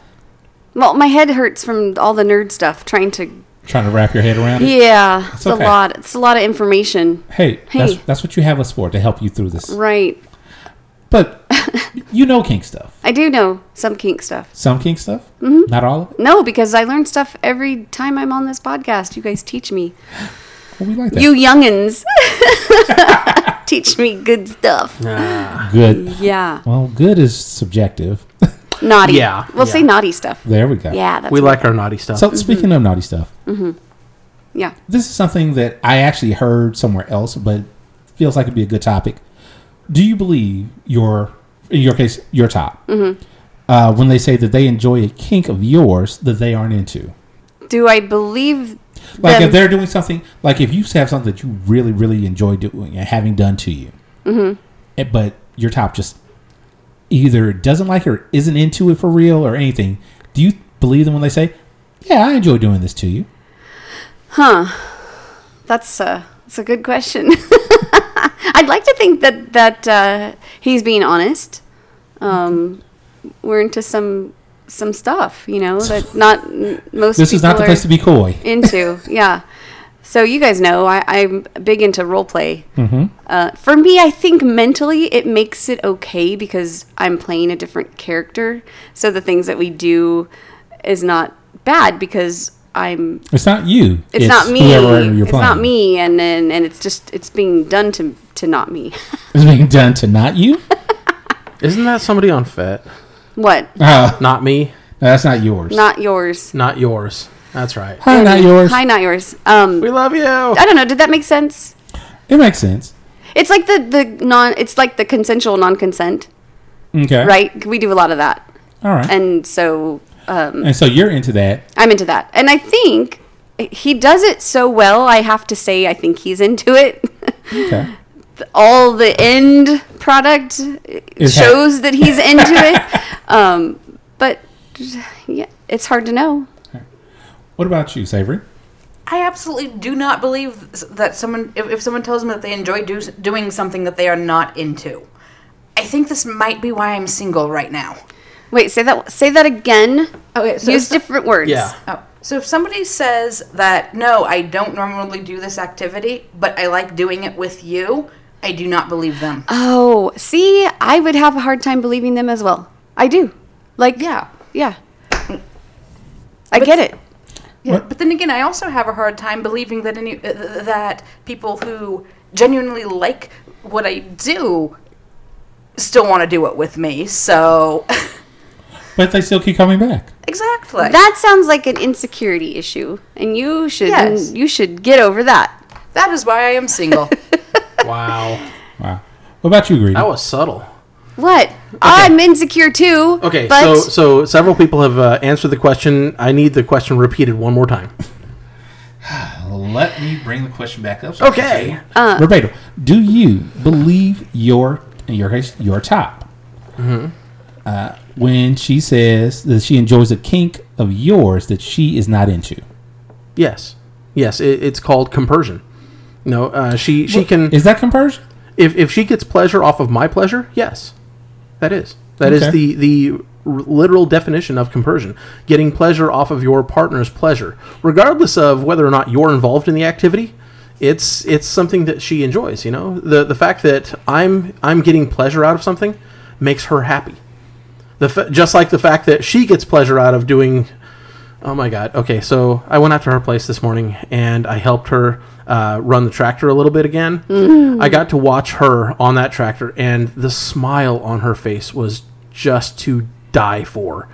Well, my head hurts from all the nerd stuff. Trying to.
trying to wrap your head around. it.
Yeah, it's,
okay.
a lot. It's a lot of information.
Hey, that's
Hey.
that's what you have us for to help you through this.
Right. (laughs)
But you know kink stuff.
I do know some kink stuff.
Some kink stuff, mm-hmm. not all of it.
No, because I learn stuff every time I'm on this podcast. You guys teach me.
Well, we like that.
You youngins. (laughs) teach me good stuff.
good.
Yeah.
Well, good is subjective. (laughs)
Naughty.
Yeah,
We'll
yeah.
say naughty stuff.
there we go.
Yeah, Mm-hmm. that's
we like our naughty stuff
So speaking of naughty stuff,
yeah.
this is something that I actually heard somewhere else, but feels like it'd be a good topic. Do you believe your, in your case, your top,
Mm-hmm.
uh, when they say that they enjoy a kink of yours that they aren't into?
Do I believe
Like
them-
if they're doing something, like if you have something that you really, really enjoy doing and having done to you,
Mm-hmm.
eh, but your top just either doesn't like it or isn't into it for real or anything, do you believe them when they say, "Yeah, I enjoy doing this to you"?
that's a that's a good question. (laughs) I'd like to think that that uh, he's being honest. Um, we're into some some stuff, you know,
(laughs)
that not n- most
This is not the
people
place
are
to be coy. (laughs)
into. Yeah. So you guys know I, I'm big into role play.
Mm-hmm.
Uh, for me, I think mentally it makes it okay because I'm playing a different character. So the things that we do is not bad because I'm
It's not you.
it's, not me.
whoever you're
It's not
playing.
me, and then and it's just it's being done to to not me. (laughs)
It's being done to not you.
isn't that somebody on fet
what?
Uh,
not me
no, that's not yours.
Not yours.
not yours that's right
Hi, not yours.
Hi, not yours. Um,
we love you
I don't know. Did that make sense?
It makes sense.
It's like the the non. It's like the consensual non consent,
Okay.
right? We do a lot of that.
All right.
And so um,
And so you're into that.
I'm into that. And I think he does it so well, I have to say, I think he's into it.
Okay.
(laughs) All the end product
Is that-
shows that
(laughs)
he's into it. Um, but yeah, it's hard to know.
What about you, Savory?
I absolutely do not believe s- that someone, if, if someone tells me that they enjoy do, doing something that they are not into, I think this might be why I'm single right now.
Wait, say that say that again.
Okay, so
Use
if,
different words.
Yeah.
oh, so if somebody says that no, I don't normally do this activity, but I like doing it with you, I do not believe them.
Oh, see, I would have a hard time believing them as well. I do. Like
Yeah. Mm.
yeah. I get it.
Yeah, but then again, I also have a hard time believing that any uh, th- that people who genuinely like what I do still want to do it with me. So (laughs)
But they still keep coming back.
exactly.
That sounds like an insecurity issue, and you should
Yes.
you should get over that.
that is why I am single.
Wow.
Wow. What about you, Greedy?
That was subtle.
What? Oh, I'm insecure too.
Okay,
but
so so several people have uh, answered the question. I need the question repeated one more time.
Let me bring the question back up.
Okay.
Uh,
Verbatim. Do you believe your in your case your top?
Mm-hmm.
Uh, when she says that she enjoys a kink of yours that she is not into,
Yes. Yes, it, it's called compersion. No, uh, she she can
is that compersion?
if if she gets pleasure off of my pleasure, yes, that is that is
Okay.
the the r- literal definition of compersion getting pleasure off of your partner's pleasure regardless of whether or not you're involved in the activity it's it's something that she enjoys you know the the fact that i'm i'm getting pleasure out of something makes her happy the fa- just like the fact that she gets pleasure out of doing Oh my god. Okay, so I went out to her place this morning and I helped her uh, run the tractor a little bit again. I got to watch her on that tractor, and the smile on her face was just to die for.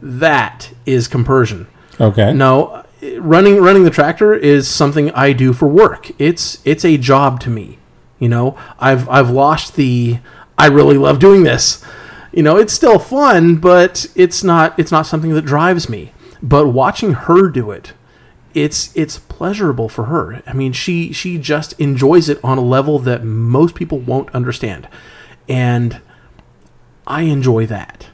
That is compersion.
Okay.
No, running running the tractor is something I do for work. It's it's a job to me. You know, I've I've lost the I really love doing this. You know, it's still fun, but it's not it's not something that drives me. But watching her do it, it's it's pleasurable for her. I mean, she she just enjoys it on a level that most people won't understand. And I enjoy that.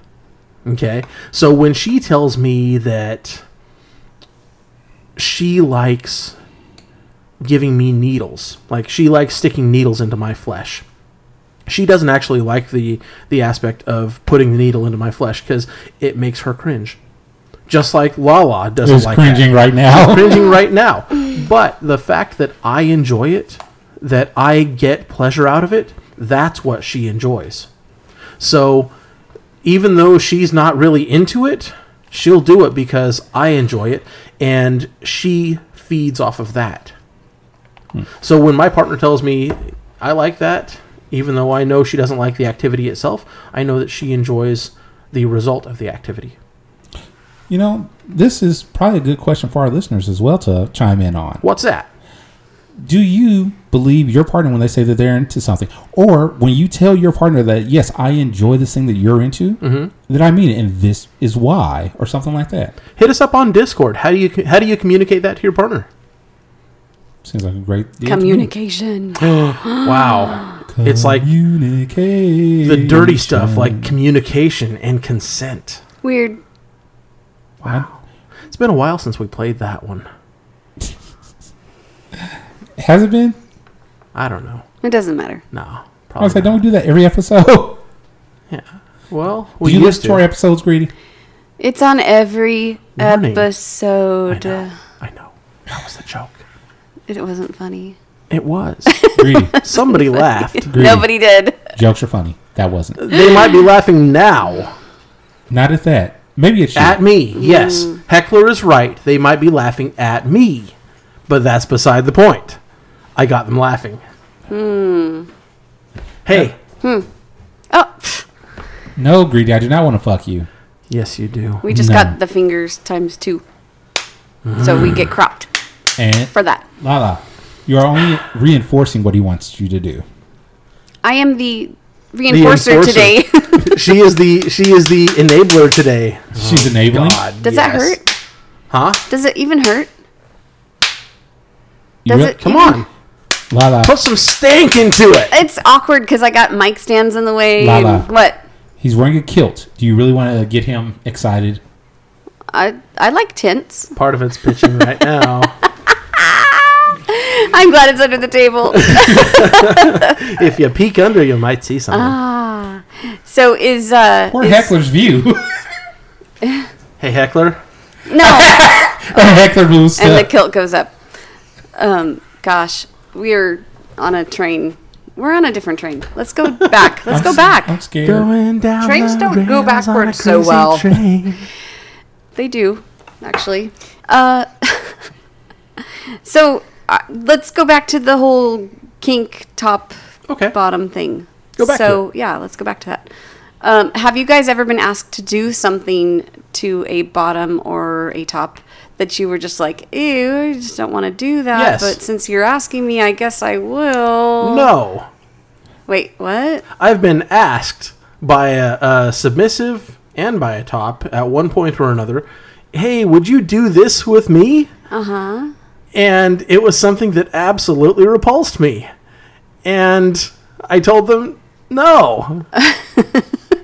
Okay? So when she tells me that she likes giving me needles. Like she likes sticking needles into my flesh. She doesn't actually like the the aspect of putting the needle into my flesh because it makes her cringe. Just like Lala doesn't
Who's
like that
cringing right
(laughs)
now?
cringing right now. But the fact that I enjoy it, that I get pleasure out of it, that's what she enjoys. So even though she's not really into it, she'll do it because I enjoy it and she feeds off of that. So when my partner tells me I like that, even though I know she doesn't like the activity itself, I know that she enjoys the result of the activity.
You know, this is probably a good question for our listeners as well to chime in on.
What's that?
Do you believe your partner when they say that they're into something? Or when you tell your partner that, yes, I enjoy this thing that you're into,
Mm-hmm.
that I mean it, and this is why, or something like that?
hit us up on Discord. How do you how do you communicate that to your partner?
Seems like a great deal. to me.
(gasps)
communication.
wow,
(gasps)
it's like
Communicate.
the dirty stuff, like communication and consent.
Weird.
Wow.
It's been a while since we played that one.
Has it been?
I don't know.
It doesn't matter.
Oh, No,
I was
probably.
like,
not.
don't we do that every episode?
Well,
Do (laughs)
we
you
used
listen
to.
to our episodes, Greedy?
It's on every
Warning. I
episode.
know. I know. That was the joke.
It wasn't funny.
It
(laughs)
was. (laughs)
Greedy. (laughs)
Somebody laughed.
Greedy.
Nobody did.
Jokes are funny. That wasn't.
They might be laughing now
Not at that. Maybe it's you.
at me. Yes,
Mm-hmm.
heckler is right. They might be laughing at me, but that's beside the point. I got them laughing.
Hmm.
Hey,
Oh, pff,
no, Greedy, I do not want to fuck you.
yes, you do.
we just
No.
got the fingers times two,
Ah.
so we get cropped
And
for that.
Lala, you are only reinforcing what he wants you to do.
I am the reinforcer,
enforcer. (laughs)
today.
(laughs)
she is the she is the enabler today.
She's enabling.
Does that hurt?
Huh?
Does it even hurt?
You
Does
really-
it
Come
even-
on,
La la.
put some stank into
(laughs)
it.
It's awkward because I got mic stands in the way.
Lala.
and What?
He's wearing a kilt. Do you really want to get him excited?
I I like tints. (laughs)
Part of it's pitching right now.
I'm glad it's under the table.
(laughs)
if you peek under, you might see something.
Ah.
so is uh
Or
is-
heckler's view? (laughs)
hey heckler,
(laughs)
no,
a heckler moves
and the
to
kilt goes up. Um, gosh, we're on a train. We're on a different train. Let's go back. Let's go
I'm
back.
scared.
going down.
Trains
the
don't go
rails on a
backwards so
crazy
well.
train.
They do, actually. Uh, (laughs) so uh, let's go back to the whole kink top
Okay.
bottom thing.
Go back to
so yeah, let's go back to that. Um, have you guys ever been asked to do something to a bottom or a top that you were just like, ew, I just don't want to do that.
Yes.
But since you're asking me, I guess I will.
No,
Wait, what?
I've been asked by a, a submissive and by a top at one point or another, hey, would you do this with me? Uh huh. And it was something that absolutely repulsed me. And I told them, no.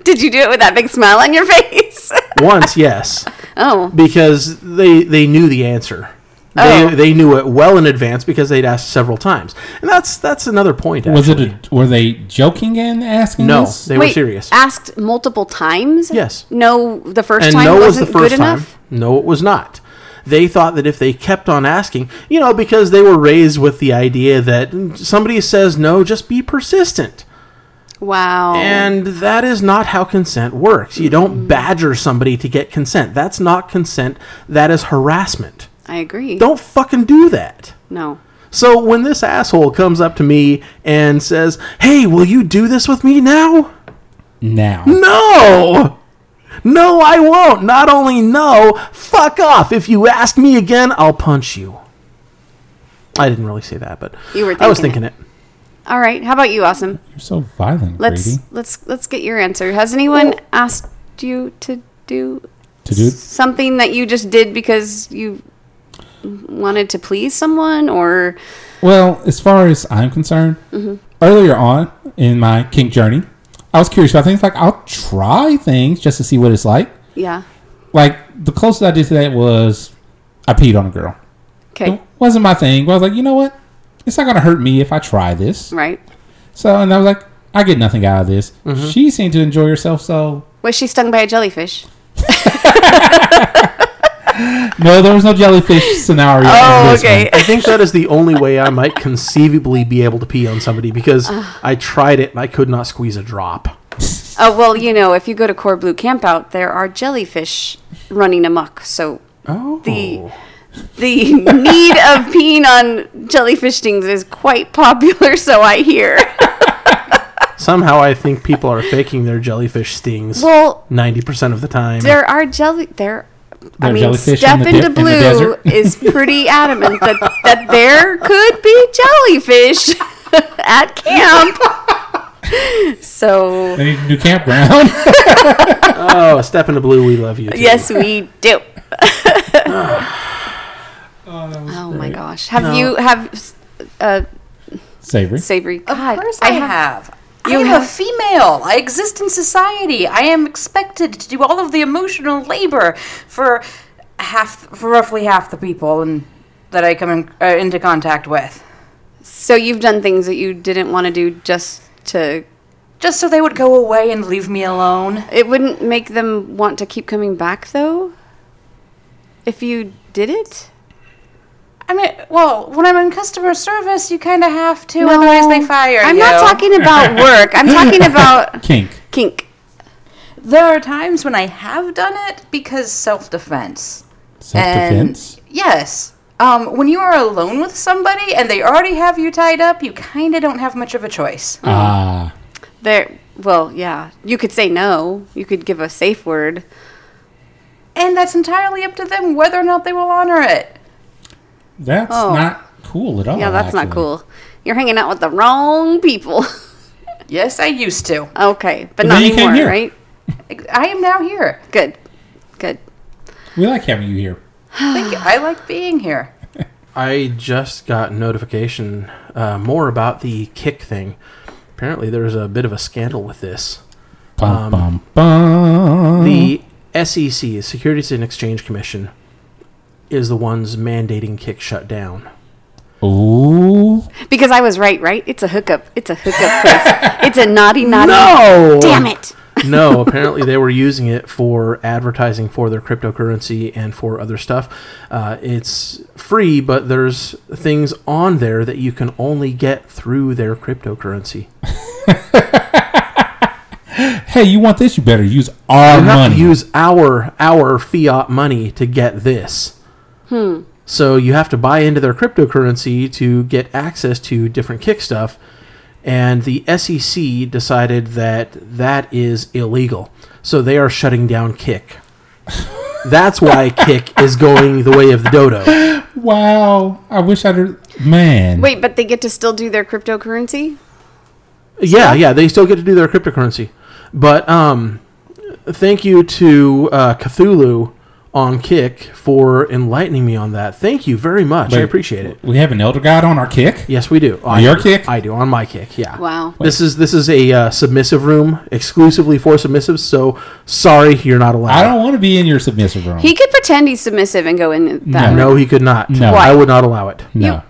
Did you do it with that big smile on your (laughs) face?
Once, yes,
oh,
because they, they knew the answer.
Oh.
They, they knew it well in advance because they'd asked several times. And that's that's another point.
Was it?
actually.
A, were they joking and asking?
No,
this?
they were
wait,
serious.
asked multiple times.
Yes.
No, the first
and
time
no was
wasn't
the first
good
time.
enough.
No, it was not. They thought that if they kept on asking, you know, because they were raised with the idea that somebody says no, just be persistent.
Wow.
And that is not how consent works. You don't badger somebody to get consent. That's not consent. That is harassment.
I agree.
Don't fucking do that.
No.
So when this asshole comes up to me and says, "Hey, will you do this with me now?"
now.
Hmm.
No! No, I won't. Not only no, fuck off. If you ask me again, I'll punch you. I didn't really say that, but
You were
I was
thinking
thinking
it.
it.
All right. How about you, Awesome?
You're so violent,
Let's
Grady.
let's let's get your answer. Has anyone asked you to do
To do
something that you just did because you wanted to please someone or
Well, as far as I'm concerned,
Mm-hmm.
earlier on in my kink journey, I was curious about things. Like, I'll try things just to see what it's like.
yeah.
Like, the closest I did to that was I peed on a girl.
Okay.
It wasn't my thing, but I was like, you know what? It's not going to hurt me if I try this.
Right.
So, and I was like, I get nothing out of this. She seemed to enjoy herself, so.
Was she stung by a jellyfish?
No, there was no jellyfish scenario.
Oh,
in this one.
I think that is the only way I might conceivably be able to pee on somebody because
Uh.
I tried it and I could not squeeze a drop.
Oh well, you know, if you go to Core Blue Campout, there are jellyfish running amok. So
Oh.
The- the need of peeing on jellyfish stings is quite popular, so I hear.
Somehow I think people are faking their jellyfish stings
Well,
90% of the time.
There are jelly. There, I
There are
mean,
jellyfish in
Step
the
into
de- in the
Blue
desert. (laughs)
is pretty adamant that that there could be jellyfish (laughs) at camp. So
They need a new campground.
Oh, step into blue, we love you. too.
yes, we do. (laughs) oh my gosh! Have you have uh,
Savory.
savory?
Of
God,
course I, have.
You
I am a
have-
female. I exist in society. I am expected to do all of the emotional labor for half, for roughly half the people and that I come in, uh, into contact with,
So you've done things that you didn't want to do just to.
just so they would go away and leave me alone.
It wouldn't make them want to keep coming back, though. If you did it.
I mean, well, when I'm in customer service, you kind of have to, otherwise they fire
I'm
you.
not talking
(laughs)
about work. I'm talking about
Kink.
kink.
There are times when I have done it because self-defense.
Self defense.
Yes. Um, when you are alone with somebody and they already have you tied up, you kind of don't have much of a choice.
Ah.
There. Well, yeah. You could say no. You could give a safe word.
And that's entirely up to them whether or not they will honor it.
That's
Oh.
not cool at all.
Yeah, that's not
Oh, actually.
cool. You're hanging out with the wrong people. (laughs)
Yes, I used to.
Okay, but
But
not
then you came
anymore,
here.
right?
I am now here.
Good, good.
We like having you here.
Thank you. I like being here.
I just got notification uh, more about the kick thing. Apparently, there's a bit of a scandal with this.
Bum,
Um,
bum, bum.
The SEC, Securities and Exchange Commission, is the ones mandating kick shut down.
Ooh.
Because I was right, right? It's a hookup. It's a hookup,
(laughs)
Chris. it's a naughty, naughty.
No!
Damn it!
(laughs) no, apparently they were using it for advertising for their cryptocurrency and for other stuff. Uh, it's free, but there's things on there that you can only get through their cryptocurrency.
Hey, you want this? You better use our
You have
money.
to use our our fiat money to get this. So you have to buy into their cryptocurrency to get access to different kick stuff. And the SEC decided that that is illegal. So they are shutting down Kick. That's why Kick is going the way of the dodo.
wow. I wish I'd. Man.
Wait, but they get to still do their cryptocurrency?
Yeah, yeah, they still get to do their cryptocurrency. But um, thank you to uh, Cthulhu on Kick for enlightening me on that. Thank you very much. I
Wait.
appreciate it.
We have an elder god on our kick?
Yes, we do. On
your Kick?
I do on my Kick. Yeah.
Wow.
This is this is a uh, submissive room exclusively for submissives. So sorry, you're not allowed.
I don't want to be in your submissive room.
He could pretend he's submissive and go in that.
No, he could not.
No.
I would not allow it.
no.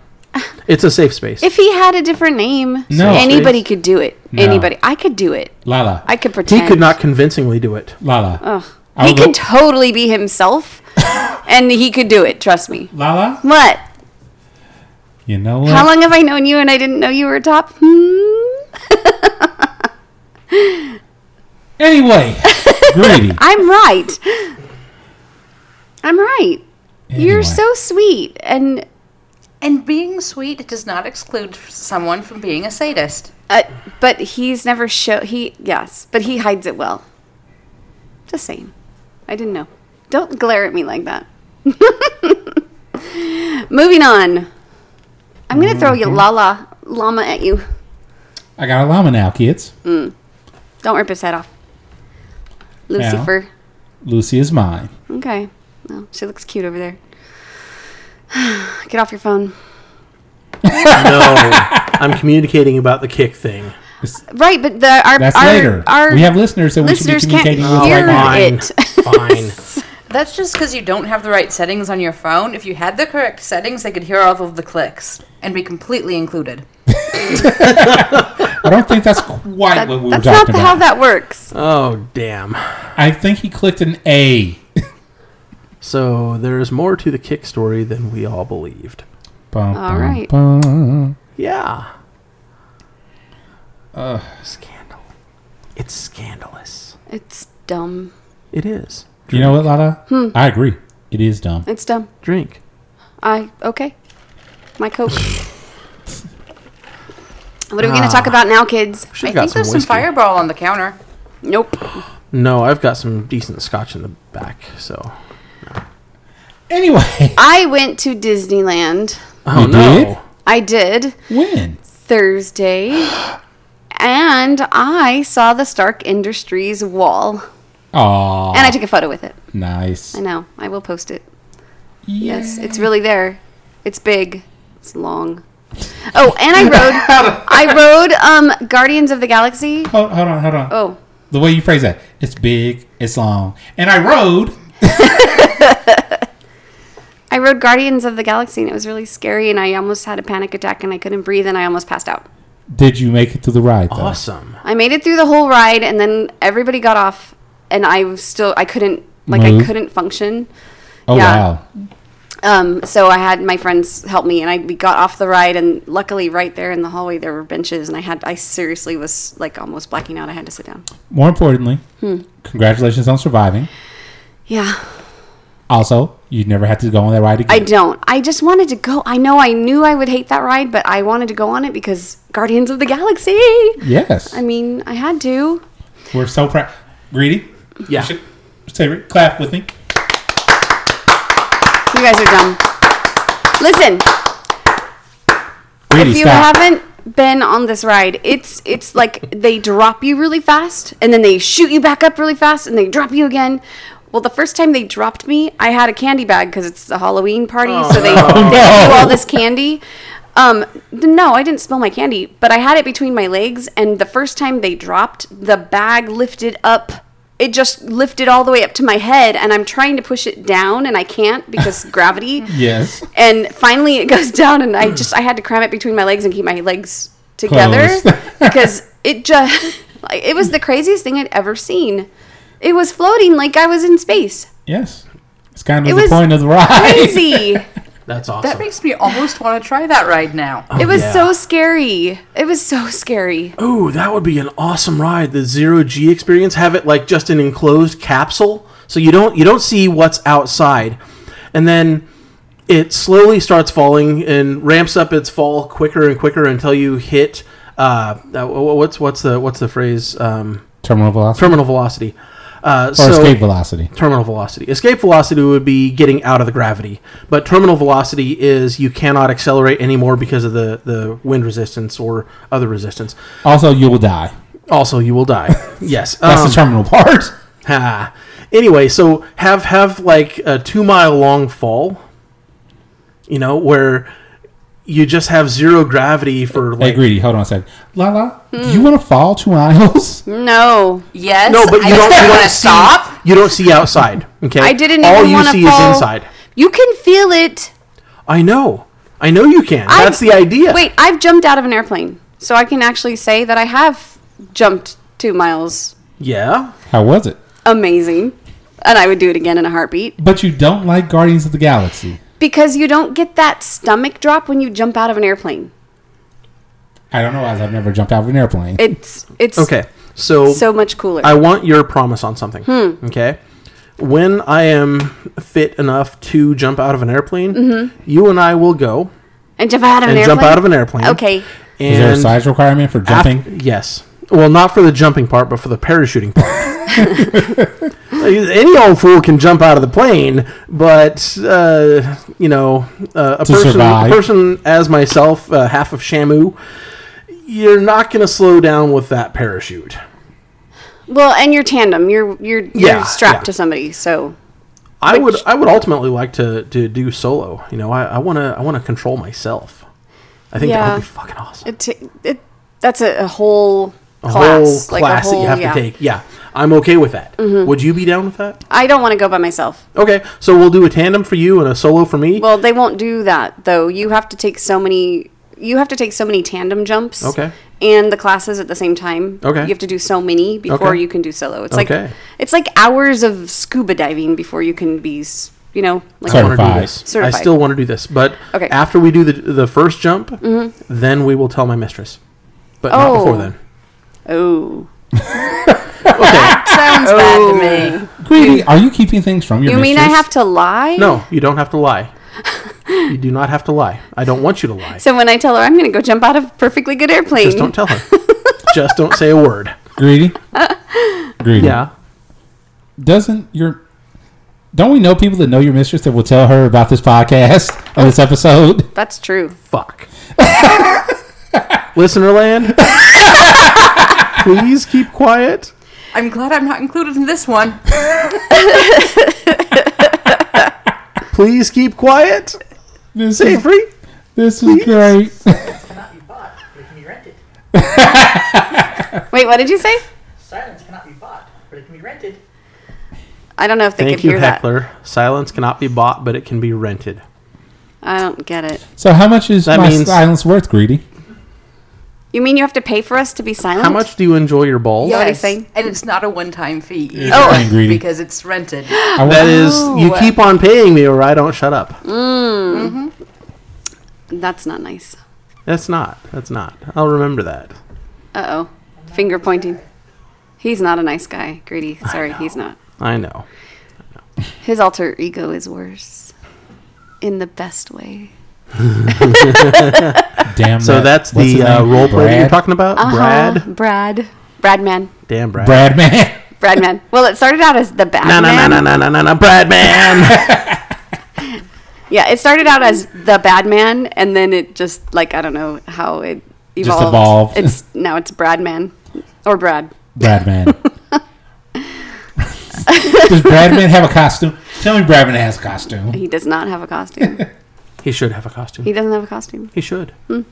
It's a safe space.
If he had a different name,
No.
anybody could do it.
No.
Anybody, I could do it.
Lala.
I could
he
pretend.
could not convincingly do
(laughs)
it.
Lala. I
He
will
could totally be himself, and he could do it. Trust me.
Lala?
What?
You know what?
How long have I known you, and I didn't know you were top? Hmm.
Anyway.
(laughs)
Greedy.
I'm right. I'm right. You're
Anyway.
so sweet, and
And being sweet does not exclude someone from being a sadist.
uh, but he's never show. He yes, but he hides it well. Just saying. I didn't know. Don't glare at me like that. (laughs) Moving on. I'm gonna throw you
Mm-hmm.
Lala llama at you.
I got a llama now, kids.
Don't rip his head off. Lucifer.
Lucy is mine.
Okay. Well, she looks cute over there. (sighs) Get off your phone.
No, I'm communicating about the Kick thing.
Right, but the our
That's
our,
later.
our
we have listeners that we should be
listeners can't
communicating with
hear
right now.
Oh, Fine.
it. (laughs)
Fine.
That's just because you don't have the right settings on your phone. If you had the correct settings, they could hear all of the clicks and be completely included.
I don't think that's quite what we were
That's
talking
not
about.
how that works.
Oh damn.
I think he clicked an A.
So there's more to the kick story than we all believed.
Bum,
All
bum,
right.
bum.
Yeah. Uh, scandal. It's scandalous.
It's dumb.
It is.
You know what, Lala?
Hmm.
I agree. It is dumb.
It's dumb.
Drink.
I okay. My coke. what are we going to talk about now, kids?
Should
I
have got
think
some
there's
whiskey.
some fireball on the counter.
Nope.
No, I've got some decent scotch in the back. So.
Anyway,
I went to Disneyland.
(laughs)
Oh
You
no.
I did
when?
Thursday, and I saw the Stark Industries wall,
Aw,
and I took a photo with it.
nice.
I know. I will post it. Yes, it's really there. It's big. It's long. Oh, and I rode. I rode um, Guardians of the Galaxy.
Hold, hold on, hold on.
Oh,
The way you phrase that, it's big, it's long, and I rode.
I rode Guardians of the Galaxy, and it was really scary. And I almost had a panic attack, and I couldn't breathe, and I almost passed out.
Did you make it to the ride? Though?
Awesome.
I made it through the whole ride, and then everybody got off, and I was still I couldn't like I
Move.
couldn't function.
Oh
Yeah.
wow.
Um, so I had my friends help me, and I we got off the ride, and luckily, right there in the hallway, there were benches, and I had I seriously was like almost blacking out. I had to sit down.
More importantly,
Hmm.
congratulations on surviving.
Yeah,
Also, you never had to go on that ride
I
again.
don't. I just wanted to go. I know I knew I would hate that ride, but I wanted to go on it because Guardians of the Galaxy.
yes,
I mean, I had to.
we're so proud. Greedy,
Yeah.
should- say clap with me.
You guys are dumb. Listen,
Greedy,
if you
stop.
haven't been on this ride. It's it's like they drop you really fast and then they shoot you back up really fast and they drop you again. Well, the first time they dropped me, I had a candy bag because it's the Halloween party, so they, they do all this candy. Um, no, I didn't spill my candy, but I had it between my legs, and the first time they dropped, the bag lifted up. It just lifted all the way up to my head, and I'm trying to push it down, and I can't because gravity.
Yes.
And finally, it goes (laughs) down, and
Hmm.
I just I had to cram it between my legs and keep my legs together
Closed.
(laughs)
because it just (laughs) like it was the craziest thing I'd ever seen. It was floating like I was in space.
Yes. It's kind of
It
the
was
point of the
(laughs)
ride.
Crazy.
That's awesome.
That makes me almost want to try that ride now.
it was
Oh, yeah. Oh.
so scary. It was so scary.
Ooh, that would be an awesome ride. The zero G experience. Have it like just an enclosed capsule, so you don't you don't see what's outside, and then it slowly starts falling and ramps up its fall quicker and quicker until you hit. Uh, uh, wh- what's what's the what's the phrase? Um,
(laughs) Terminal velocity.
terminal velocity. Uh,
or
so-
escape velocity.
terminal velocity. Escape velocity would be getting out of the gravity, but terminal velocity is you cannot accelerate anymore because of the, the wind resistance or other resistance.
Also, you will die.
Also, you will die. yes.
That's
um,
the terminal (laughs) part.
ha. Anyway, so have have like a two mile long fall. You know where you just have zero gravity for
Hey,
like
greedy. Hold on a second. Lala, do
Hmm.
you want to fall two miles?
No,
Yes.
no, but
I
you don't
just
you
wanna
don't see
stop.
you don't see outside. Okay,
I didn't.
All
even
you
wanna
see
fall.
is inside.
You can feel it.
I know. I know you can.
I've-
That's the idea.
Wait, I've jumped out of an airplane, so I can actually say that I have jumped two miles.
Yeah.
How was it?
Amazing. And I would do it again in a heartbeat.
But you don't like Guardians of the Galaxy.
Because you don't get that stomach drop when you jump out of an airplane.
I don't know, as I've never jumped out of an airplane.
It's it's
Okay. So,
so much cooler.
I want your promise on something. Okay. When I am fit enough to jump out of an airplane, you and I will go
and jump out of
and
an airplane.
jump out of an airplane.
Okay.
And
Is there a size requirement for
af-
jumping?
yes. Well, not for the jumping part, but for the parachuting part. (laughs) Any old fool can jump out of the plane, but uh, you know, uh, a person, a
survive.
person as myself, uh, half of Shamu, you're not going to slow down with that parachute.
Well, and your tandem, you're you're you're
Yeah,
strapped
yeah.
to somebody, so
I would I would ultimately like to, to do solo. You know, I, I wanna I wanna control myself. I think that
Yeah.
would be fucking awesome.
it, ta- it that's a, a whole
a
class,
whole
like
class
a whole,
that you have
yeah. Mm-hmm.
to take. Yeah. I'm okay with that. Would you be down with that?
I don't want to go by myself.
Okay. So we'll do a tandem for you and a solo for me.
Well, they won't do that though. You have to take so many. You have to take so many tandem jumps.
Okay.
And the classes at the same time.
Okay.
You have to do so many before
Okay.
you can do solo. It's
Okay.
like it's like hours of scuba diving before you can be, s- you know, like
I wanna do
Certified.
this. I
Certified.
still want to do this. But
Okay. Mm-hmm.
after we do the the first jump, then we will tell my mistress. But not before
Oh.
then. (laughs)
oh.
Sounds bad to me.
Greedy, are you keeping things from your
You mean I
mistress?
have to lie? (laughs)
No, you don't have to lie. you do not have to lie. I don't want you to lie.
So when I tell her I'm going to go jump out of a perfectly good airplane,
Just don't tell
(laughs)
her. Just don't say a word. (laughs)
Greedy? Greedy.
Yeah.
Doesn't your. Don't we know people that know your mistress that will tell her about this podcast or this
(laughs)
episode?
that's true.
Fuck. Listener land, please keep quiet.
I'm glad I'm not included in this one.
Please keep quiet.
This is,
Savory.
this is great.
Cannot be bought. But it can be rented.
Wait, what did you say?
Silence cannot be bought, but it can be rented.
I don't know if they
Thank
can
you,
hear
heckler. Silence cannot be bought, but it can be rented.
that. I don't get it.
(laughs) So, how much is
That
my
means-
silence worth, Greedy?
You mean you have to pay for us to be silent?
How much do you enjoy your balls?
Mm. Yeah. what he's saying?
And it's not a one-time fee. either,
Oh. fine, greedy.
(laughs)
because it's rented.
I
That
want-
is, you
No.
keep on paying me or I don't shut up.
That's not nice.
That's not. That's not. I'll remember that.
Uh oh. Finger pointing. He's not a nice guy, Greedy. Sorry, he's not.
I know.
His alter ego is worse. In the best way.
Damn
So
that-
that's
what's
the
his
uh,
name?
role play that you're
Brad?
talking about?
Uh-huh.
Brad?
Brad. Bradman.
Damn, Brad.
Brad, man.
(laughs)
Bradman. Well, it started out as the bad
Na na na
man.
na na na na na Brad (laughs) man.
Yeah, it started out as the bad man, and then it just, like, I don't know how it
Just
evolved.
evolved.
(laughs)
It's now it's Bradman or Brad.
(laughs) Bradman. Does Bradman have a costume? Tell me Bradman has a costume.
He does not have a costume.
He should have a costume.
he doesn't have a costume.
He should.
Hmm.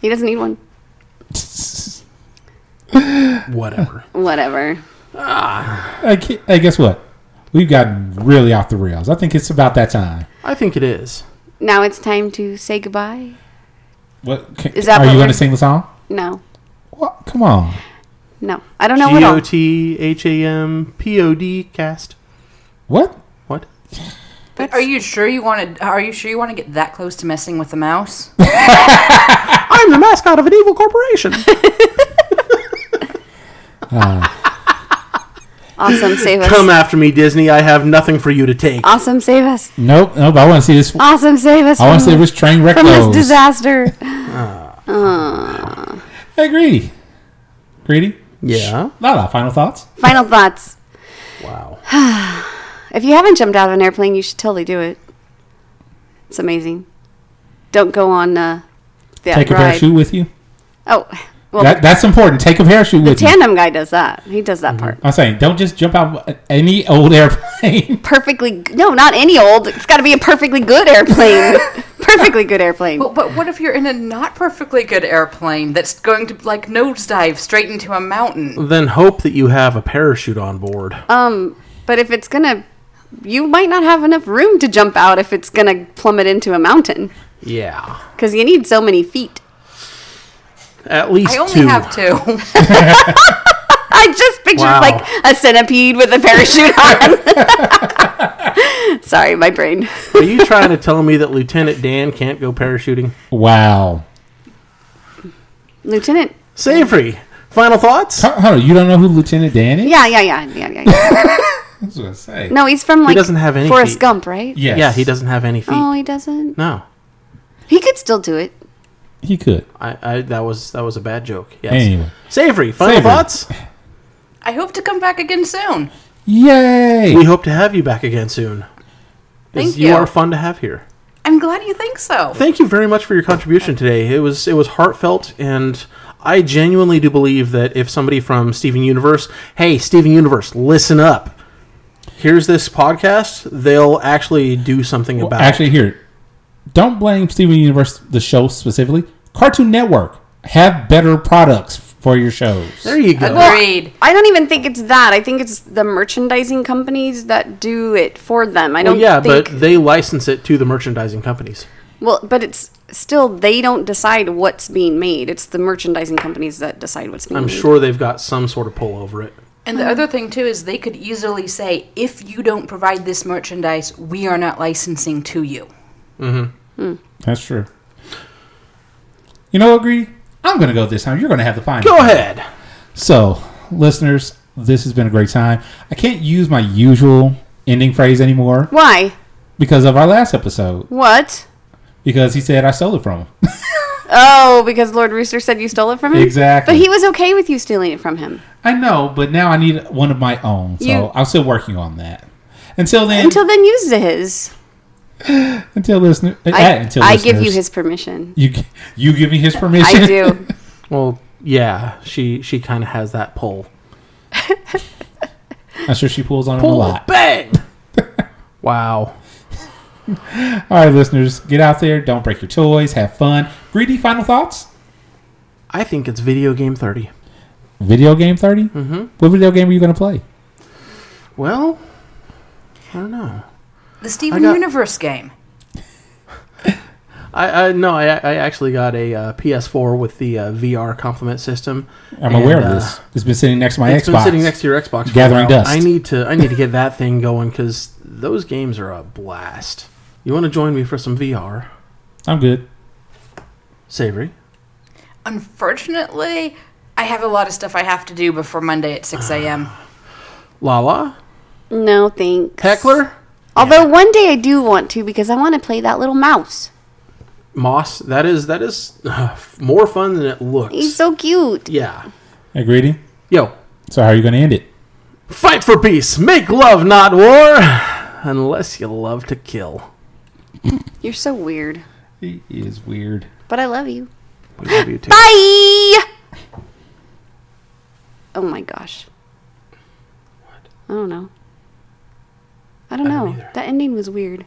He doesn't need one. (laughs)
Whatever.
Whatever.
I ca- hey, guess what? We've gotten really off the rails. I think it's about that time.
I think it is.
Now it's time to say goodbye.
What ca-
Is that
are
what
you
we're-
going to sing the song?
No,
Come on.
no. I don't know
G
what
O
all.
T H A M P O D cast.
What?
What?
But are you sure you want to? Are you sure you want to get that close to messing with the mouse?
I'm the mascot of an evil corporation.
Awesome, save
(laughs)
us.
Come after me, Disney. I have nothing for you to take.
Awesome, save us.
Nope, nope. I want to see this.
Awesome, save us.
I want to
from-
see this train wreck
from this
goes.
disaster. (laughs) Uh,
hey, greedy, greedy.
Yeah.
Lala, final thoughts.
Final thoughts. Wow. if you haven't jumped out of an airplane, you should totally do it. It's amazing. Don't go on uh, that
Take a
ride.
parachute with you.
Oh, well,
that, that's important. Take a parachute
the
with you.
tandem guy does that. He does that part
I'm saying, don't just jump out of any old (laughs) airplane.
perfectly. g- No, not any old. It's got to be a perfectly good airplane. perfectly good airplane.
But, but what if you're in a not perfectly good airplane that's going to like nosedive straight into a mountain?
Then hope that you have a parachute on board.
Uh,
Um, but if it's gonna, you might not have enough room to jump out if it's gonna plummet into a mountain
Yeah.
because you need so many feet.
At least
I only
two.
have two. (laughs)
I just pictured
Wow.
like a centipede with a parachute
(laughs)
on. (laughs) Sorry, my brain.
Are you trying to tell me that Lieutenant Dan can't go parachuting?
Wow.
Lieutenant.
Savory, final thoughts?
Hold on, you don't know who Lieutenant Dan is?
Yeah, yeah, yeah, yeah, yeah. yeah.
That's what I say.
No, he's from
He
like
doesn't have any
Forrest
feet.
Gump, right?
Yes.
Yeah, he doesn't have any feet.
Oh, he doesn't.
No.
He could still do it.
He could.
I, I that was that was a bad joke. Yes.
Anyway.
Savory, final
Savory.
thoughts?
I hope to come back again soon.
Yay!
We hope to have you back again soon.
Thank
you.
you.
are fun to have here.
I'm glad you think so.
Thank you very much for your contribution today. It was it was heartfelt and I genuinely do believe that if somebody from Steven Universe, hey Steven Universe, listen up. Here's this podcast, they'll actually do something
Well,
about it.
actually, here, don't blame Steven Universe, the show specifically. Cartoon Network have better products for your shows.
There you go.
Agreed.
I don't even think it's that. I think it's the merchandising companies that do it for them. I
Well,
don't
yeah,
think
but they license it to the merchandising companies.
Well, but it's still they don't decide what's being made. It's the merchandising companies that decide what's being
I'm
made.
sure they've got some sort of pull over it.
And the other thing too is they could easily say, if you don't provide this merchandise, we are not licensing to you.
That's true. You know what, Greedy? I'm going to go this time. You're going to have the final.
Go ahead.
So, listeners, this has been a great time. I can't use my usual ending phrase anymore
Why?
because of our last episode.
What?
Because he said I stole it from him.
Oh, because Lord Rooster said you stole it from him.
Exactly.
But he was okay with you stealing it from him
I know, but now I need one of my own. So
You-
I'm still working on that. Until then, until,
until then. Use his.
listener,
I,
eh, until
I give you
listeners.
his
(laughs)
permission.
You g- you give me his permission.
I do.
Well, yeah, she she kind of has that pull.
(laughs) I'm sure she pulls on him a lot.
bang. (laughs) wow.
All right, listeners, get out there. Don't break your toys. Have fun. Greedy, final thoughts?
I think it's video game 30.
Video game 30? Mm-hmm. What video game are you going to play?
Well, I don't know.
The Steven
got-
Universe game.
I, I no, I, I actually got a uh, PS4 with the uh, VR complement system.
I'm
and,
aware of
uh,
this. It's been sitting next to my
It's
Xbox.
been sitting next to your Xbox. for a
Gathering
while.
dust.
I need to I need to get that thing going because those games are a blast. You want to join me for some VR,
I'm good.
Savory?
Unfortunately, I have a lot of stuff I have to do before Monday at
Ah.
6 a.m.
Lala,
No thanks.
Heckler,
Although one day I do want to because I want to play that little mouse.
Moss. That is that is (sighs) more fun than it looks.
He's so cute.
yeah.
Hey, Greedy,
Yo,
so how are you going to end it?
fight for peace, make love, not war. (sighs) Unless you love to kill.
You're so weird,
It is weird.
(laughs) but I love you.
We love you too.
Bye. Oh my gosh. What? I don't know. I don't know. that ending was weird.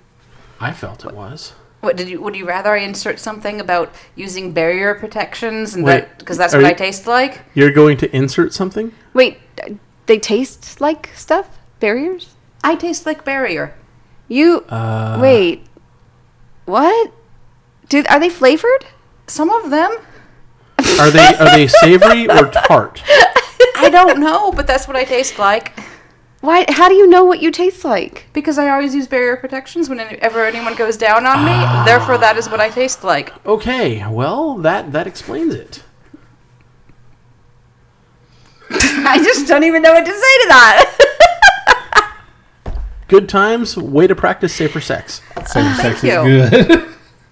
I felt it was.
What did you? Would you rather I insert something about using barrier protections and
Wait,
that because that's
are
what I
you-
taste like?
You're going to insert something?
Wait, uh, they taste like stuff? Barriers?
I taste like barrier.
You
Uh,
wait. What? Do are they flavored?
Some of them.
Are they are they savory or tart?
I don't know, but that's what I taste like
Why? How do you know what you taste like?
because I always use barrier protections whenever anyone goes down on
Ah.
me. Therefore, that is what I taste like.
Okay, well that that explains it.
I just don't even know what to say to that.
Good times, way to practice safer sex.
Same sex
you.
(laughs)
is good.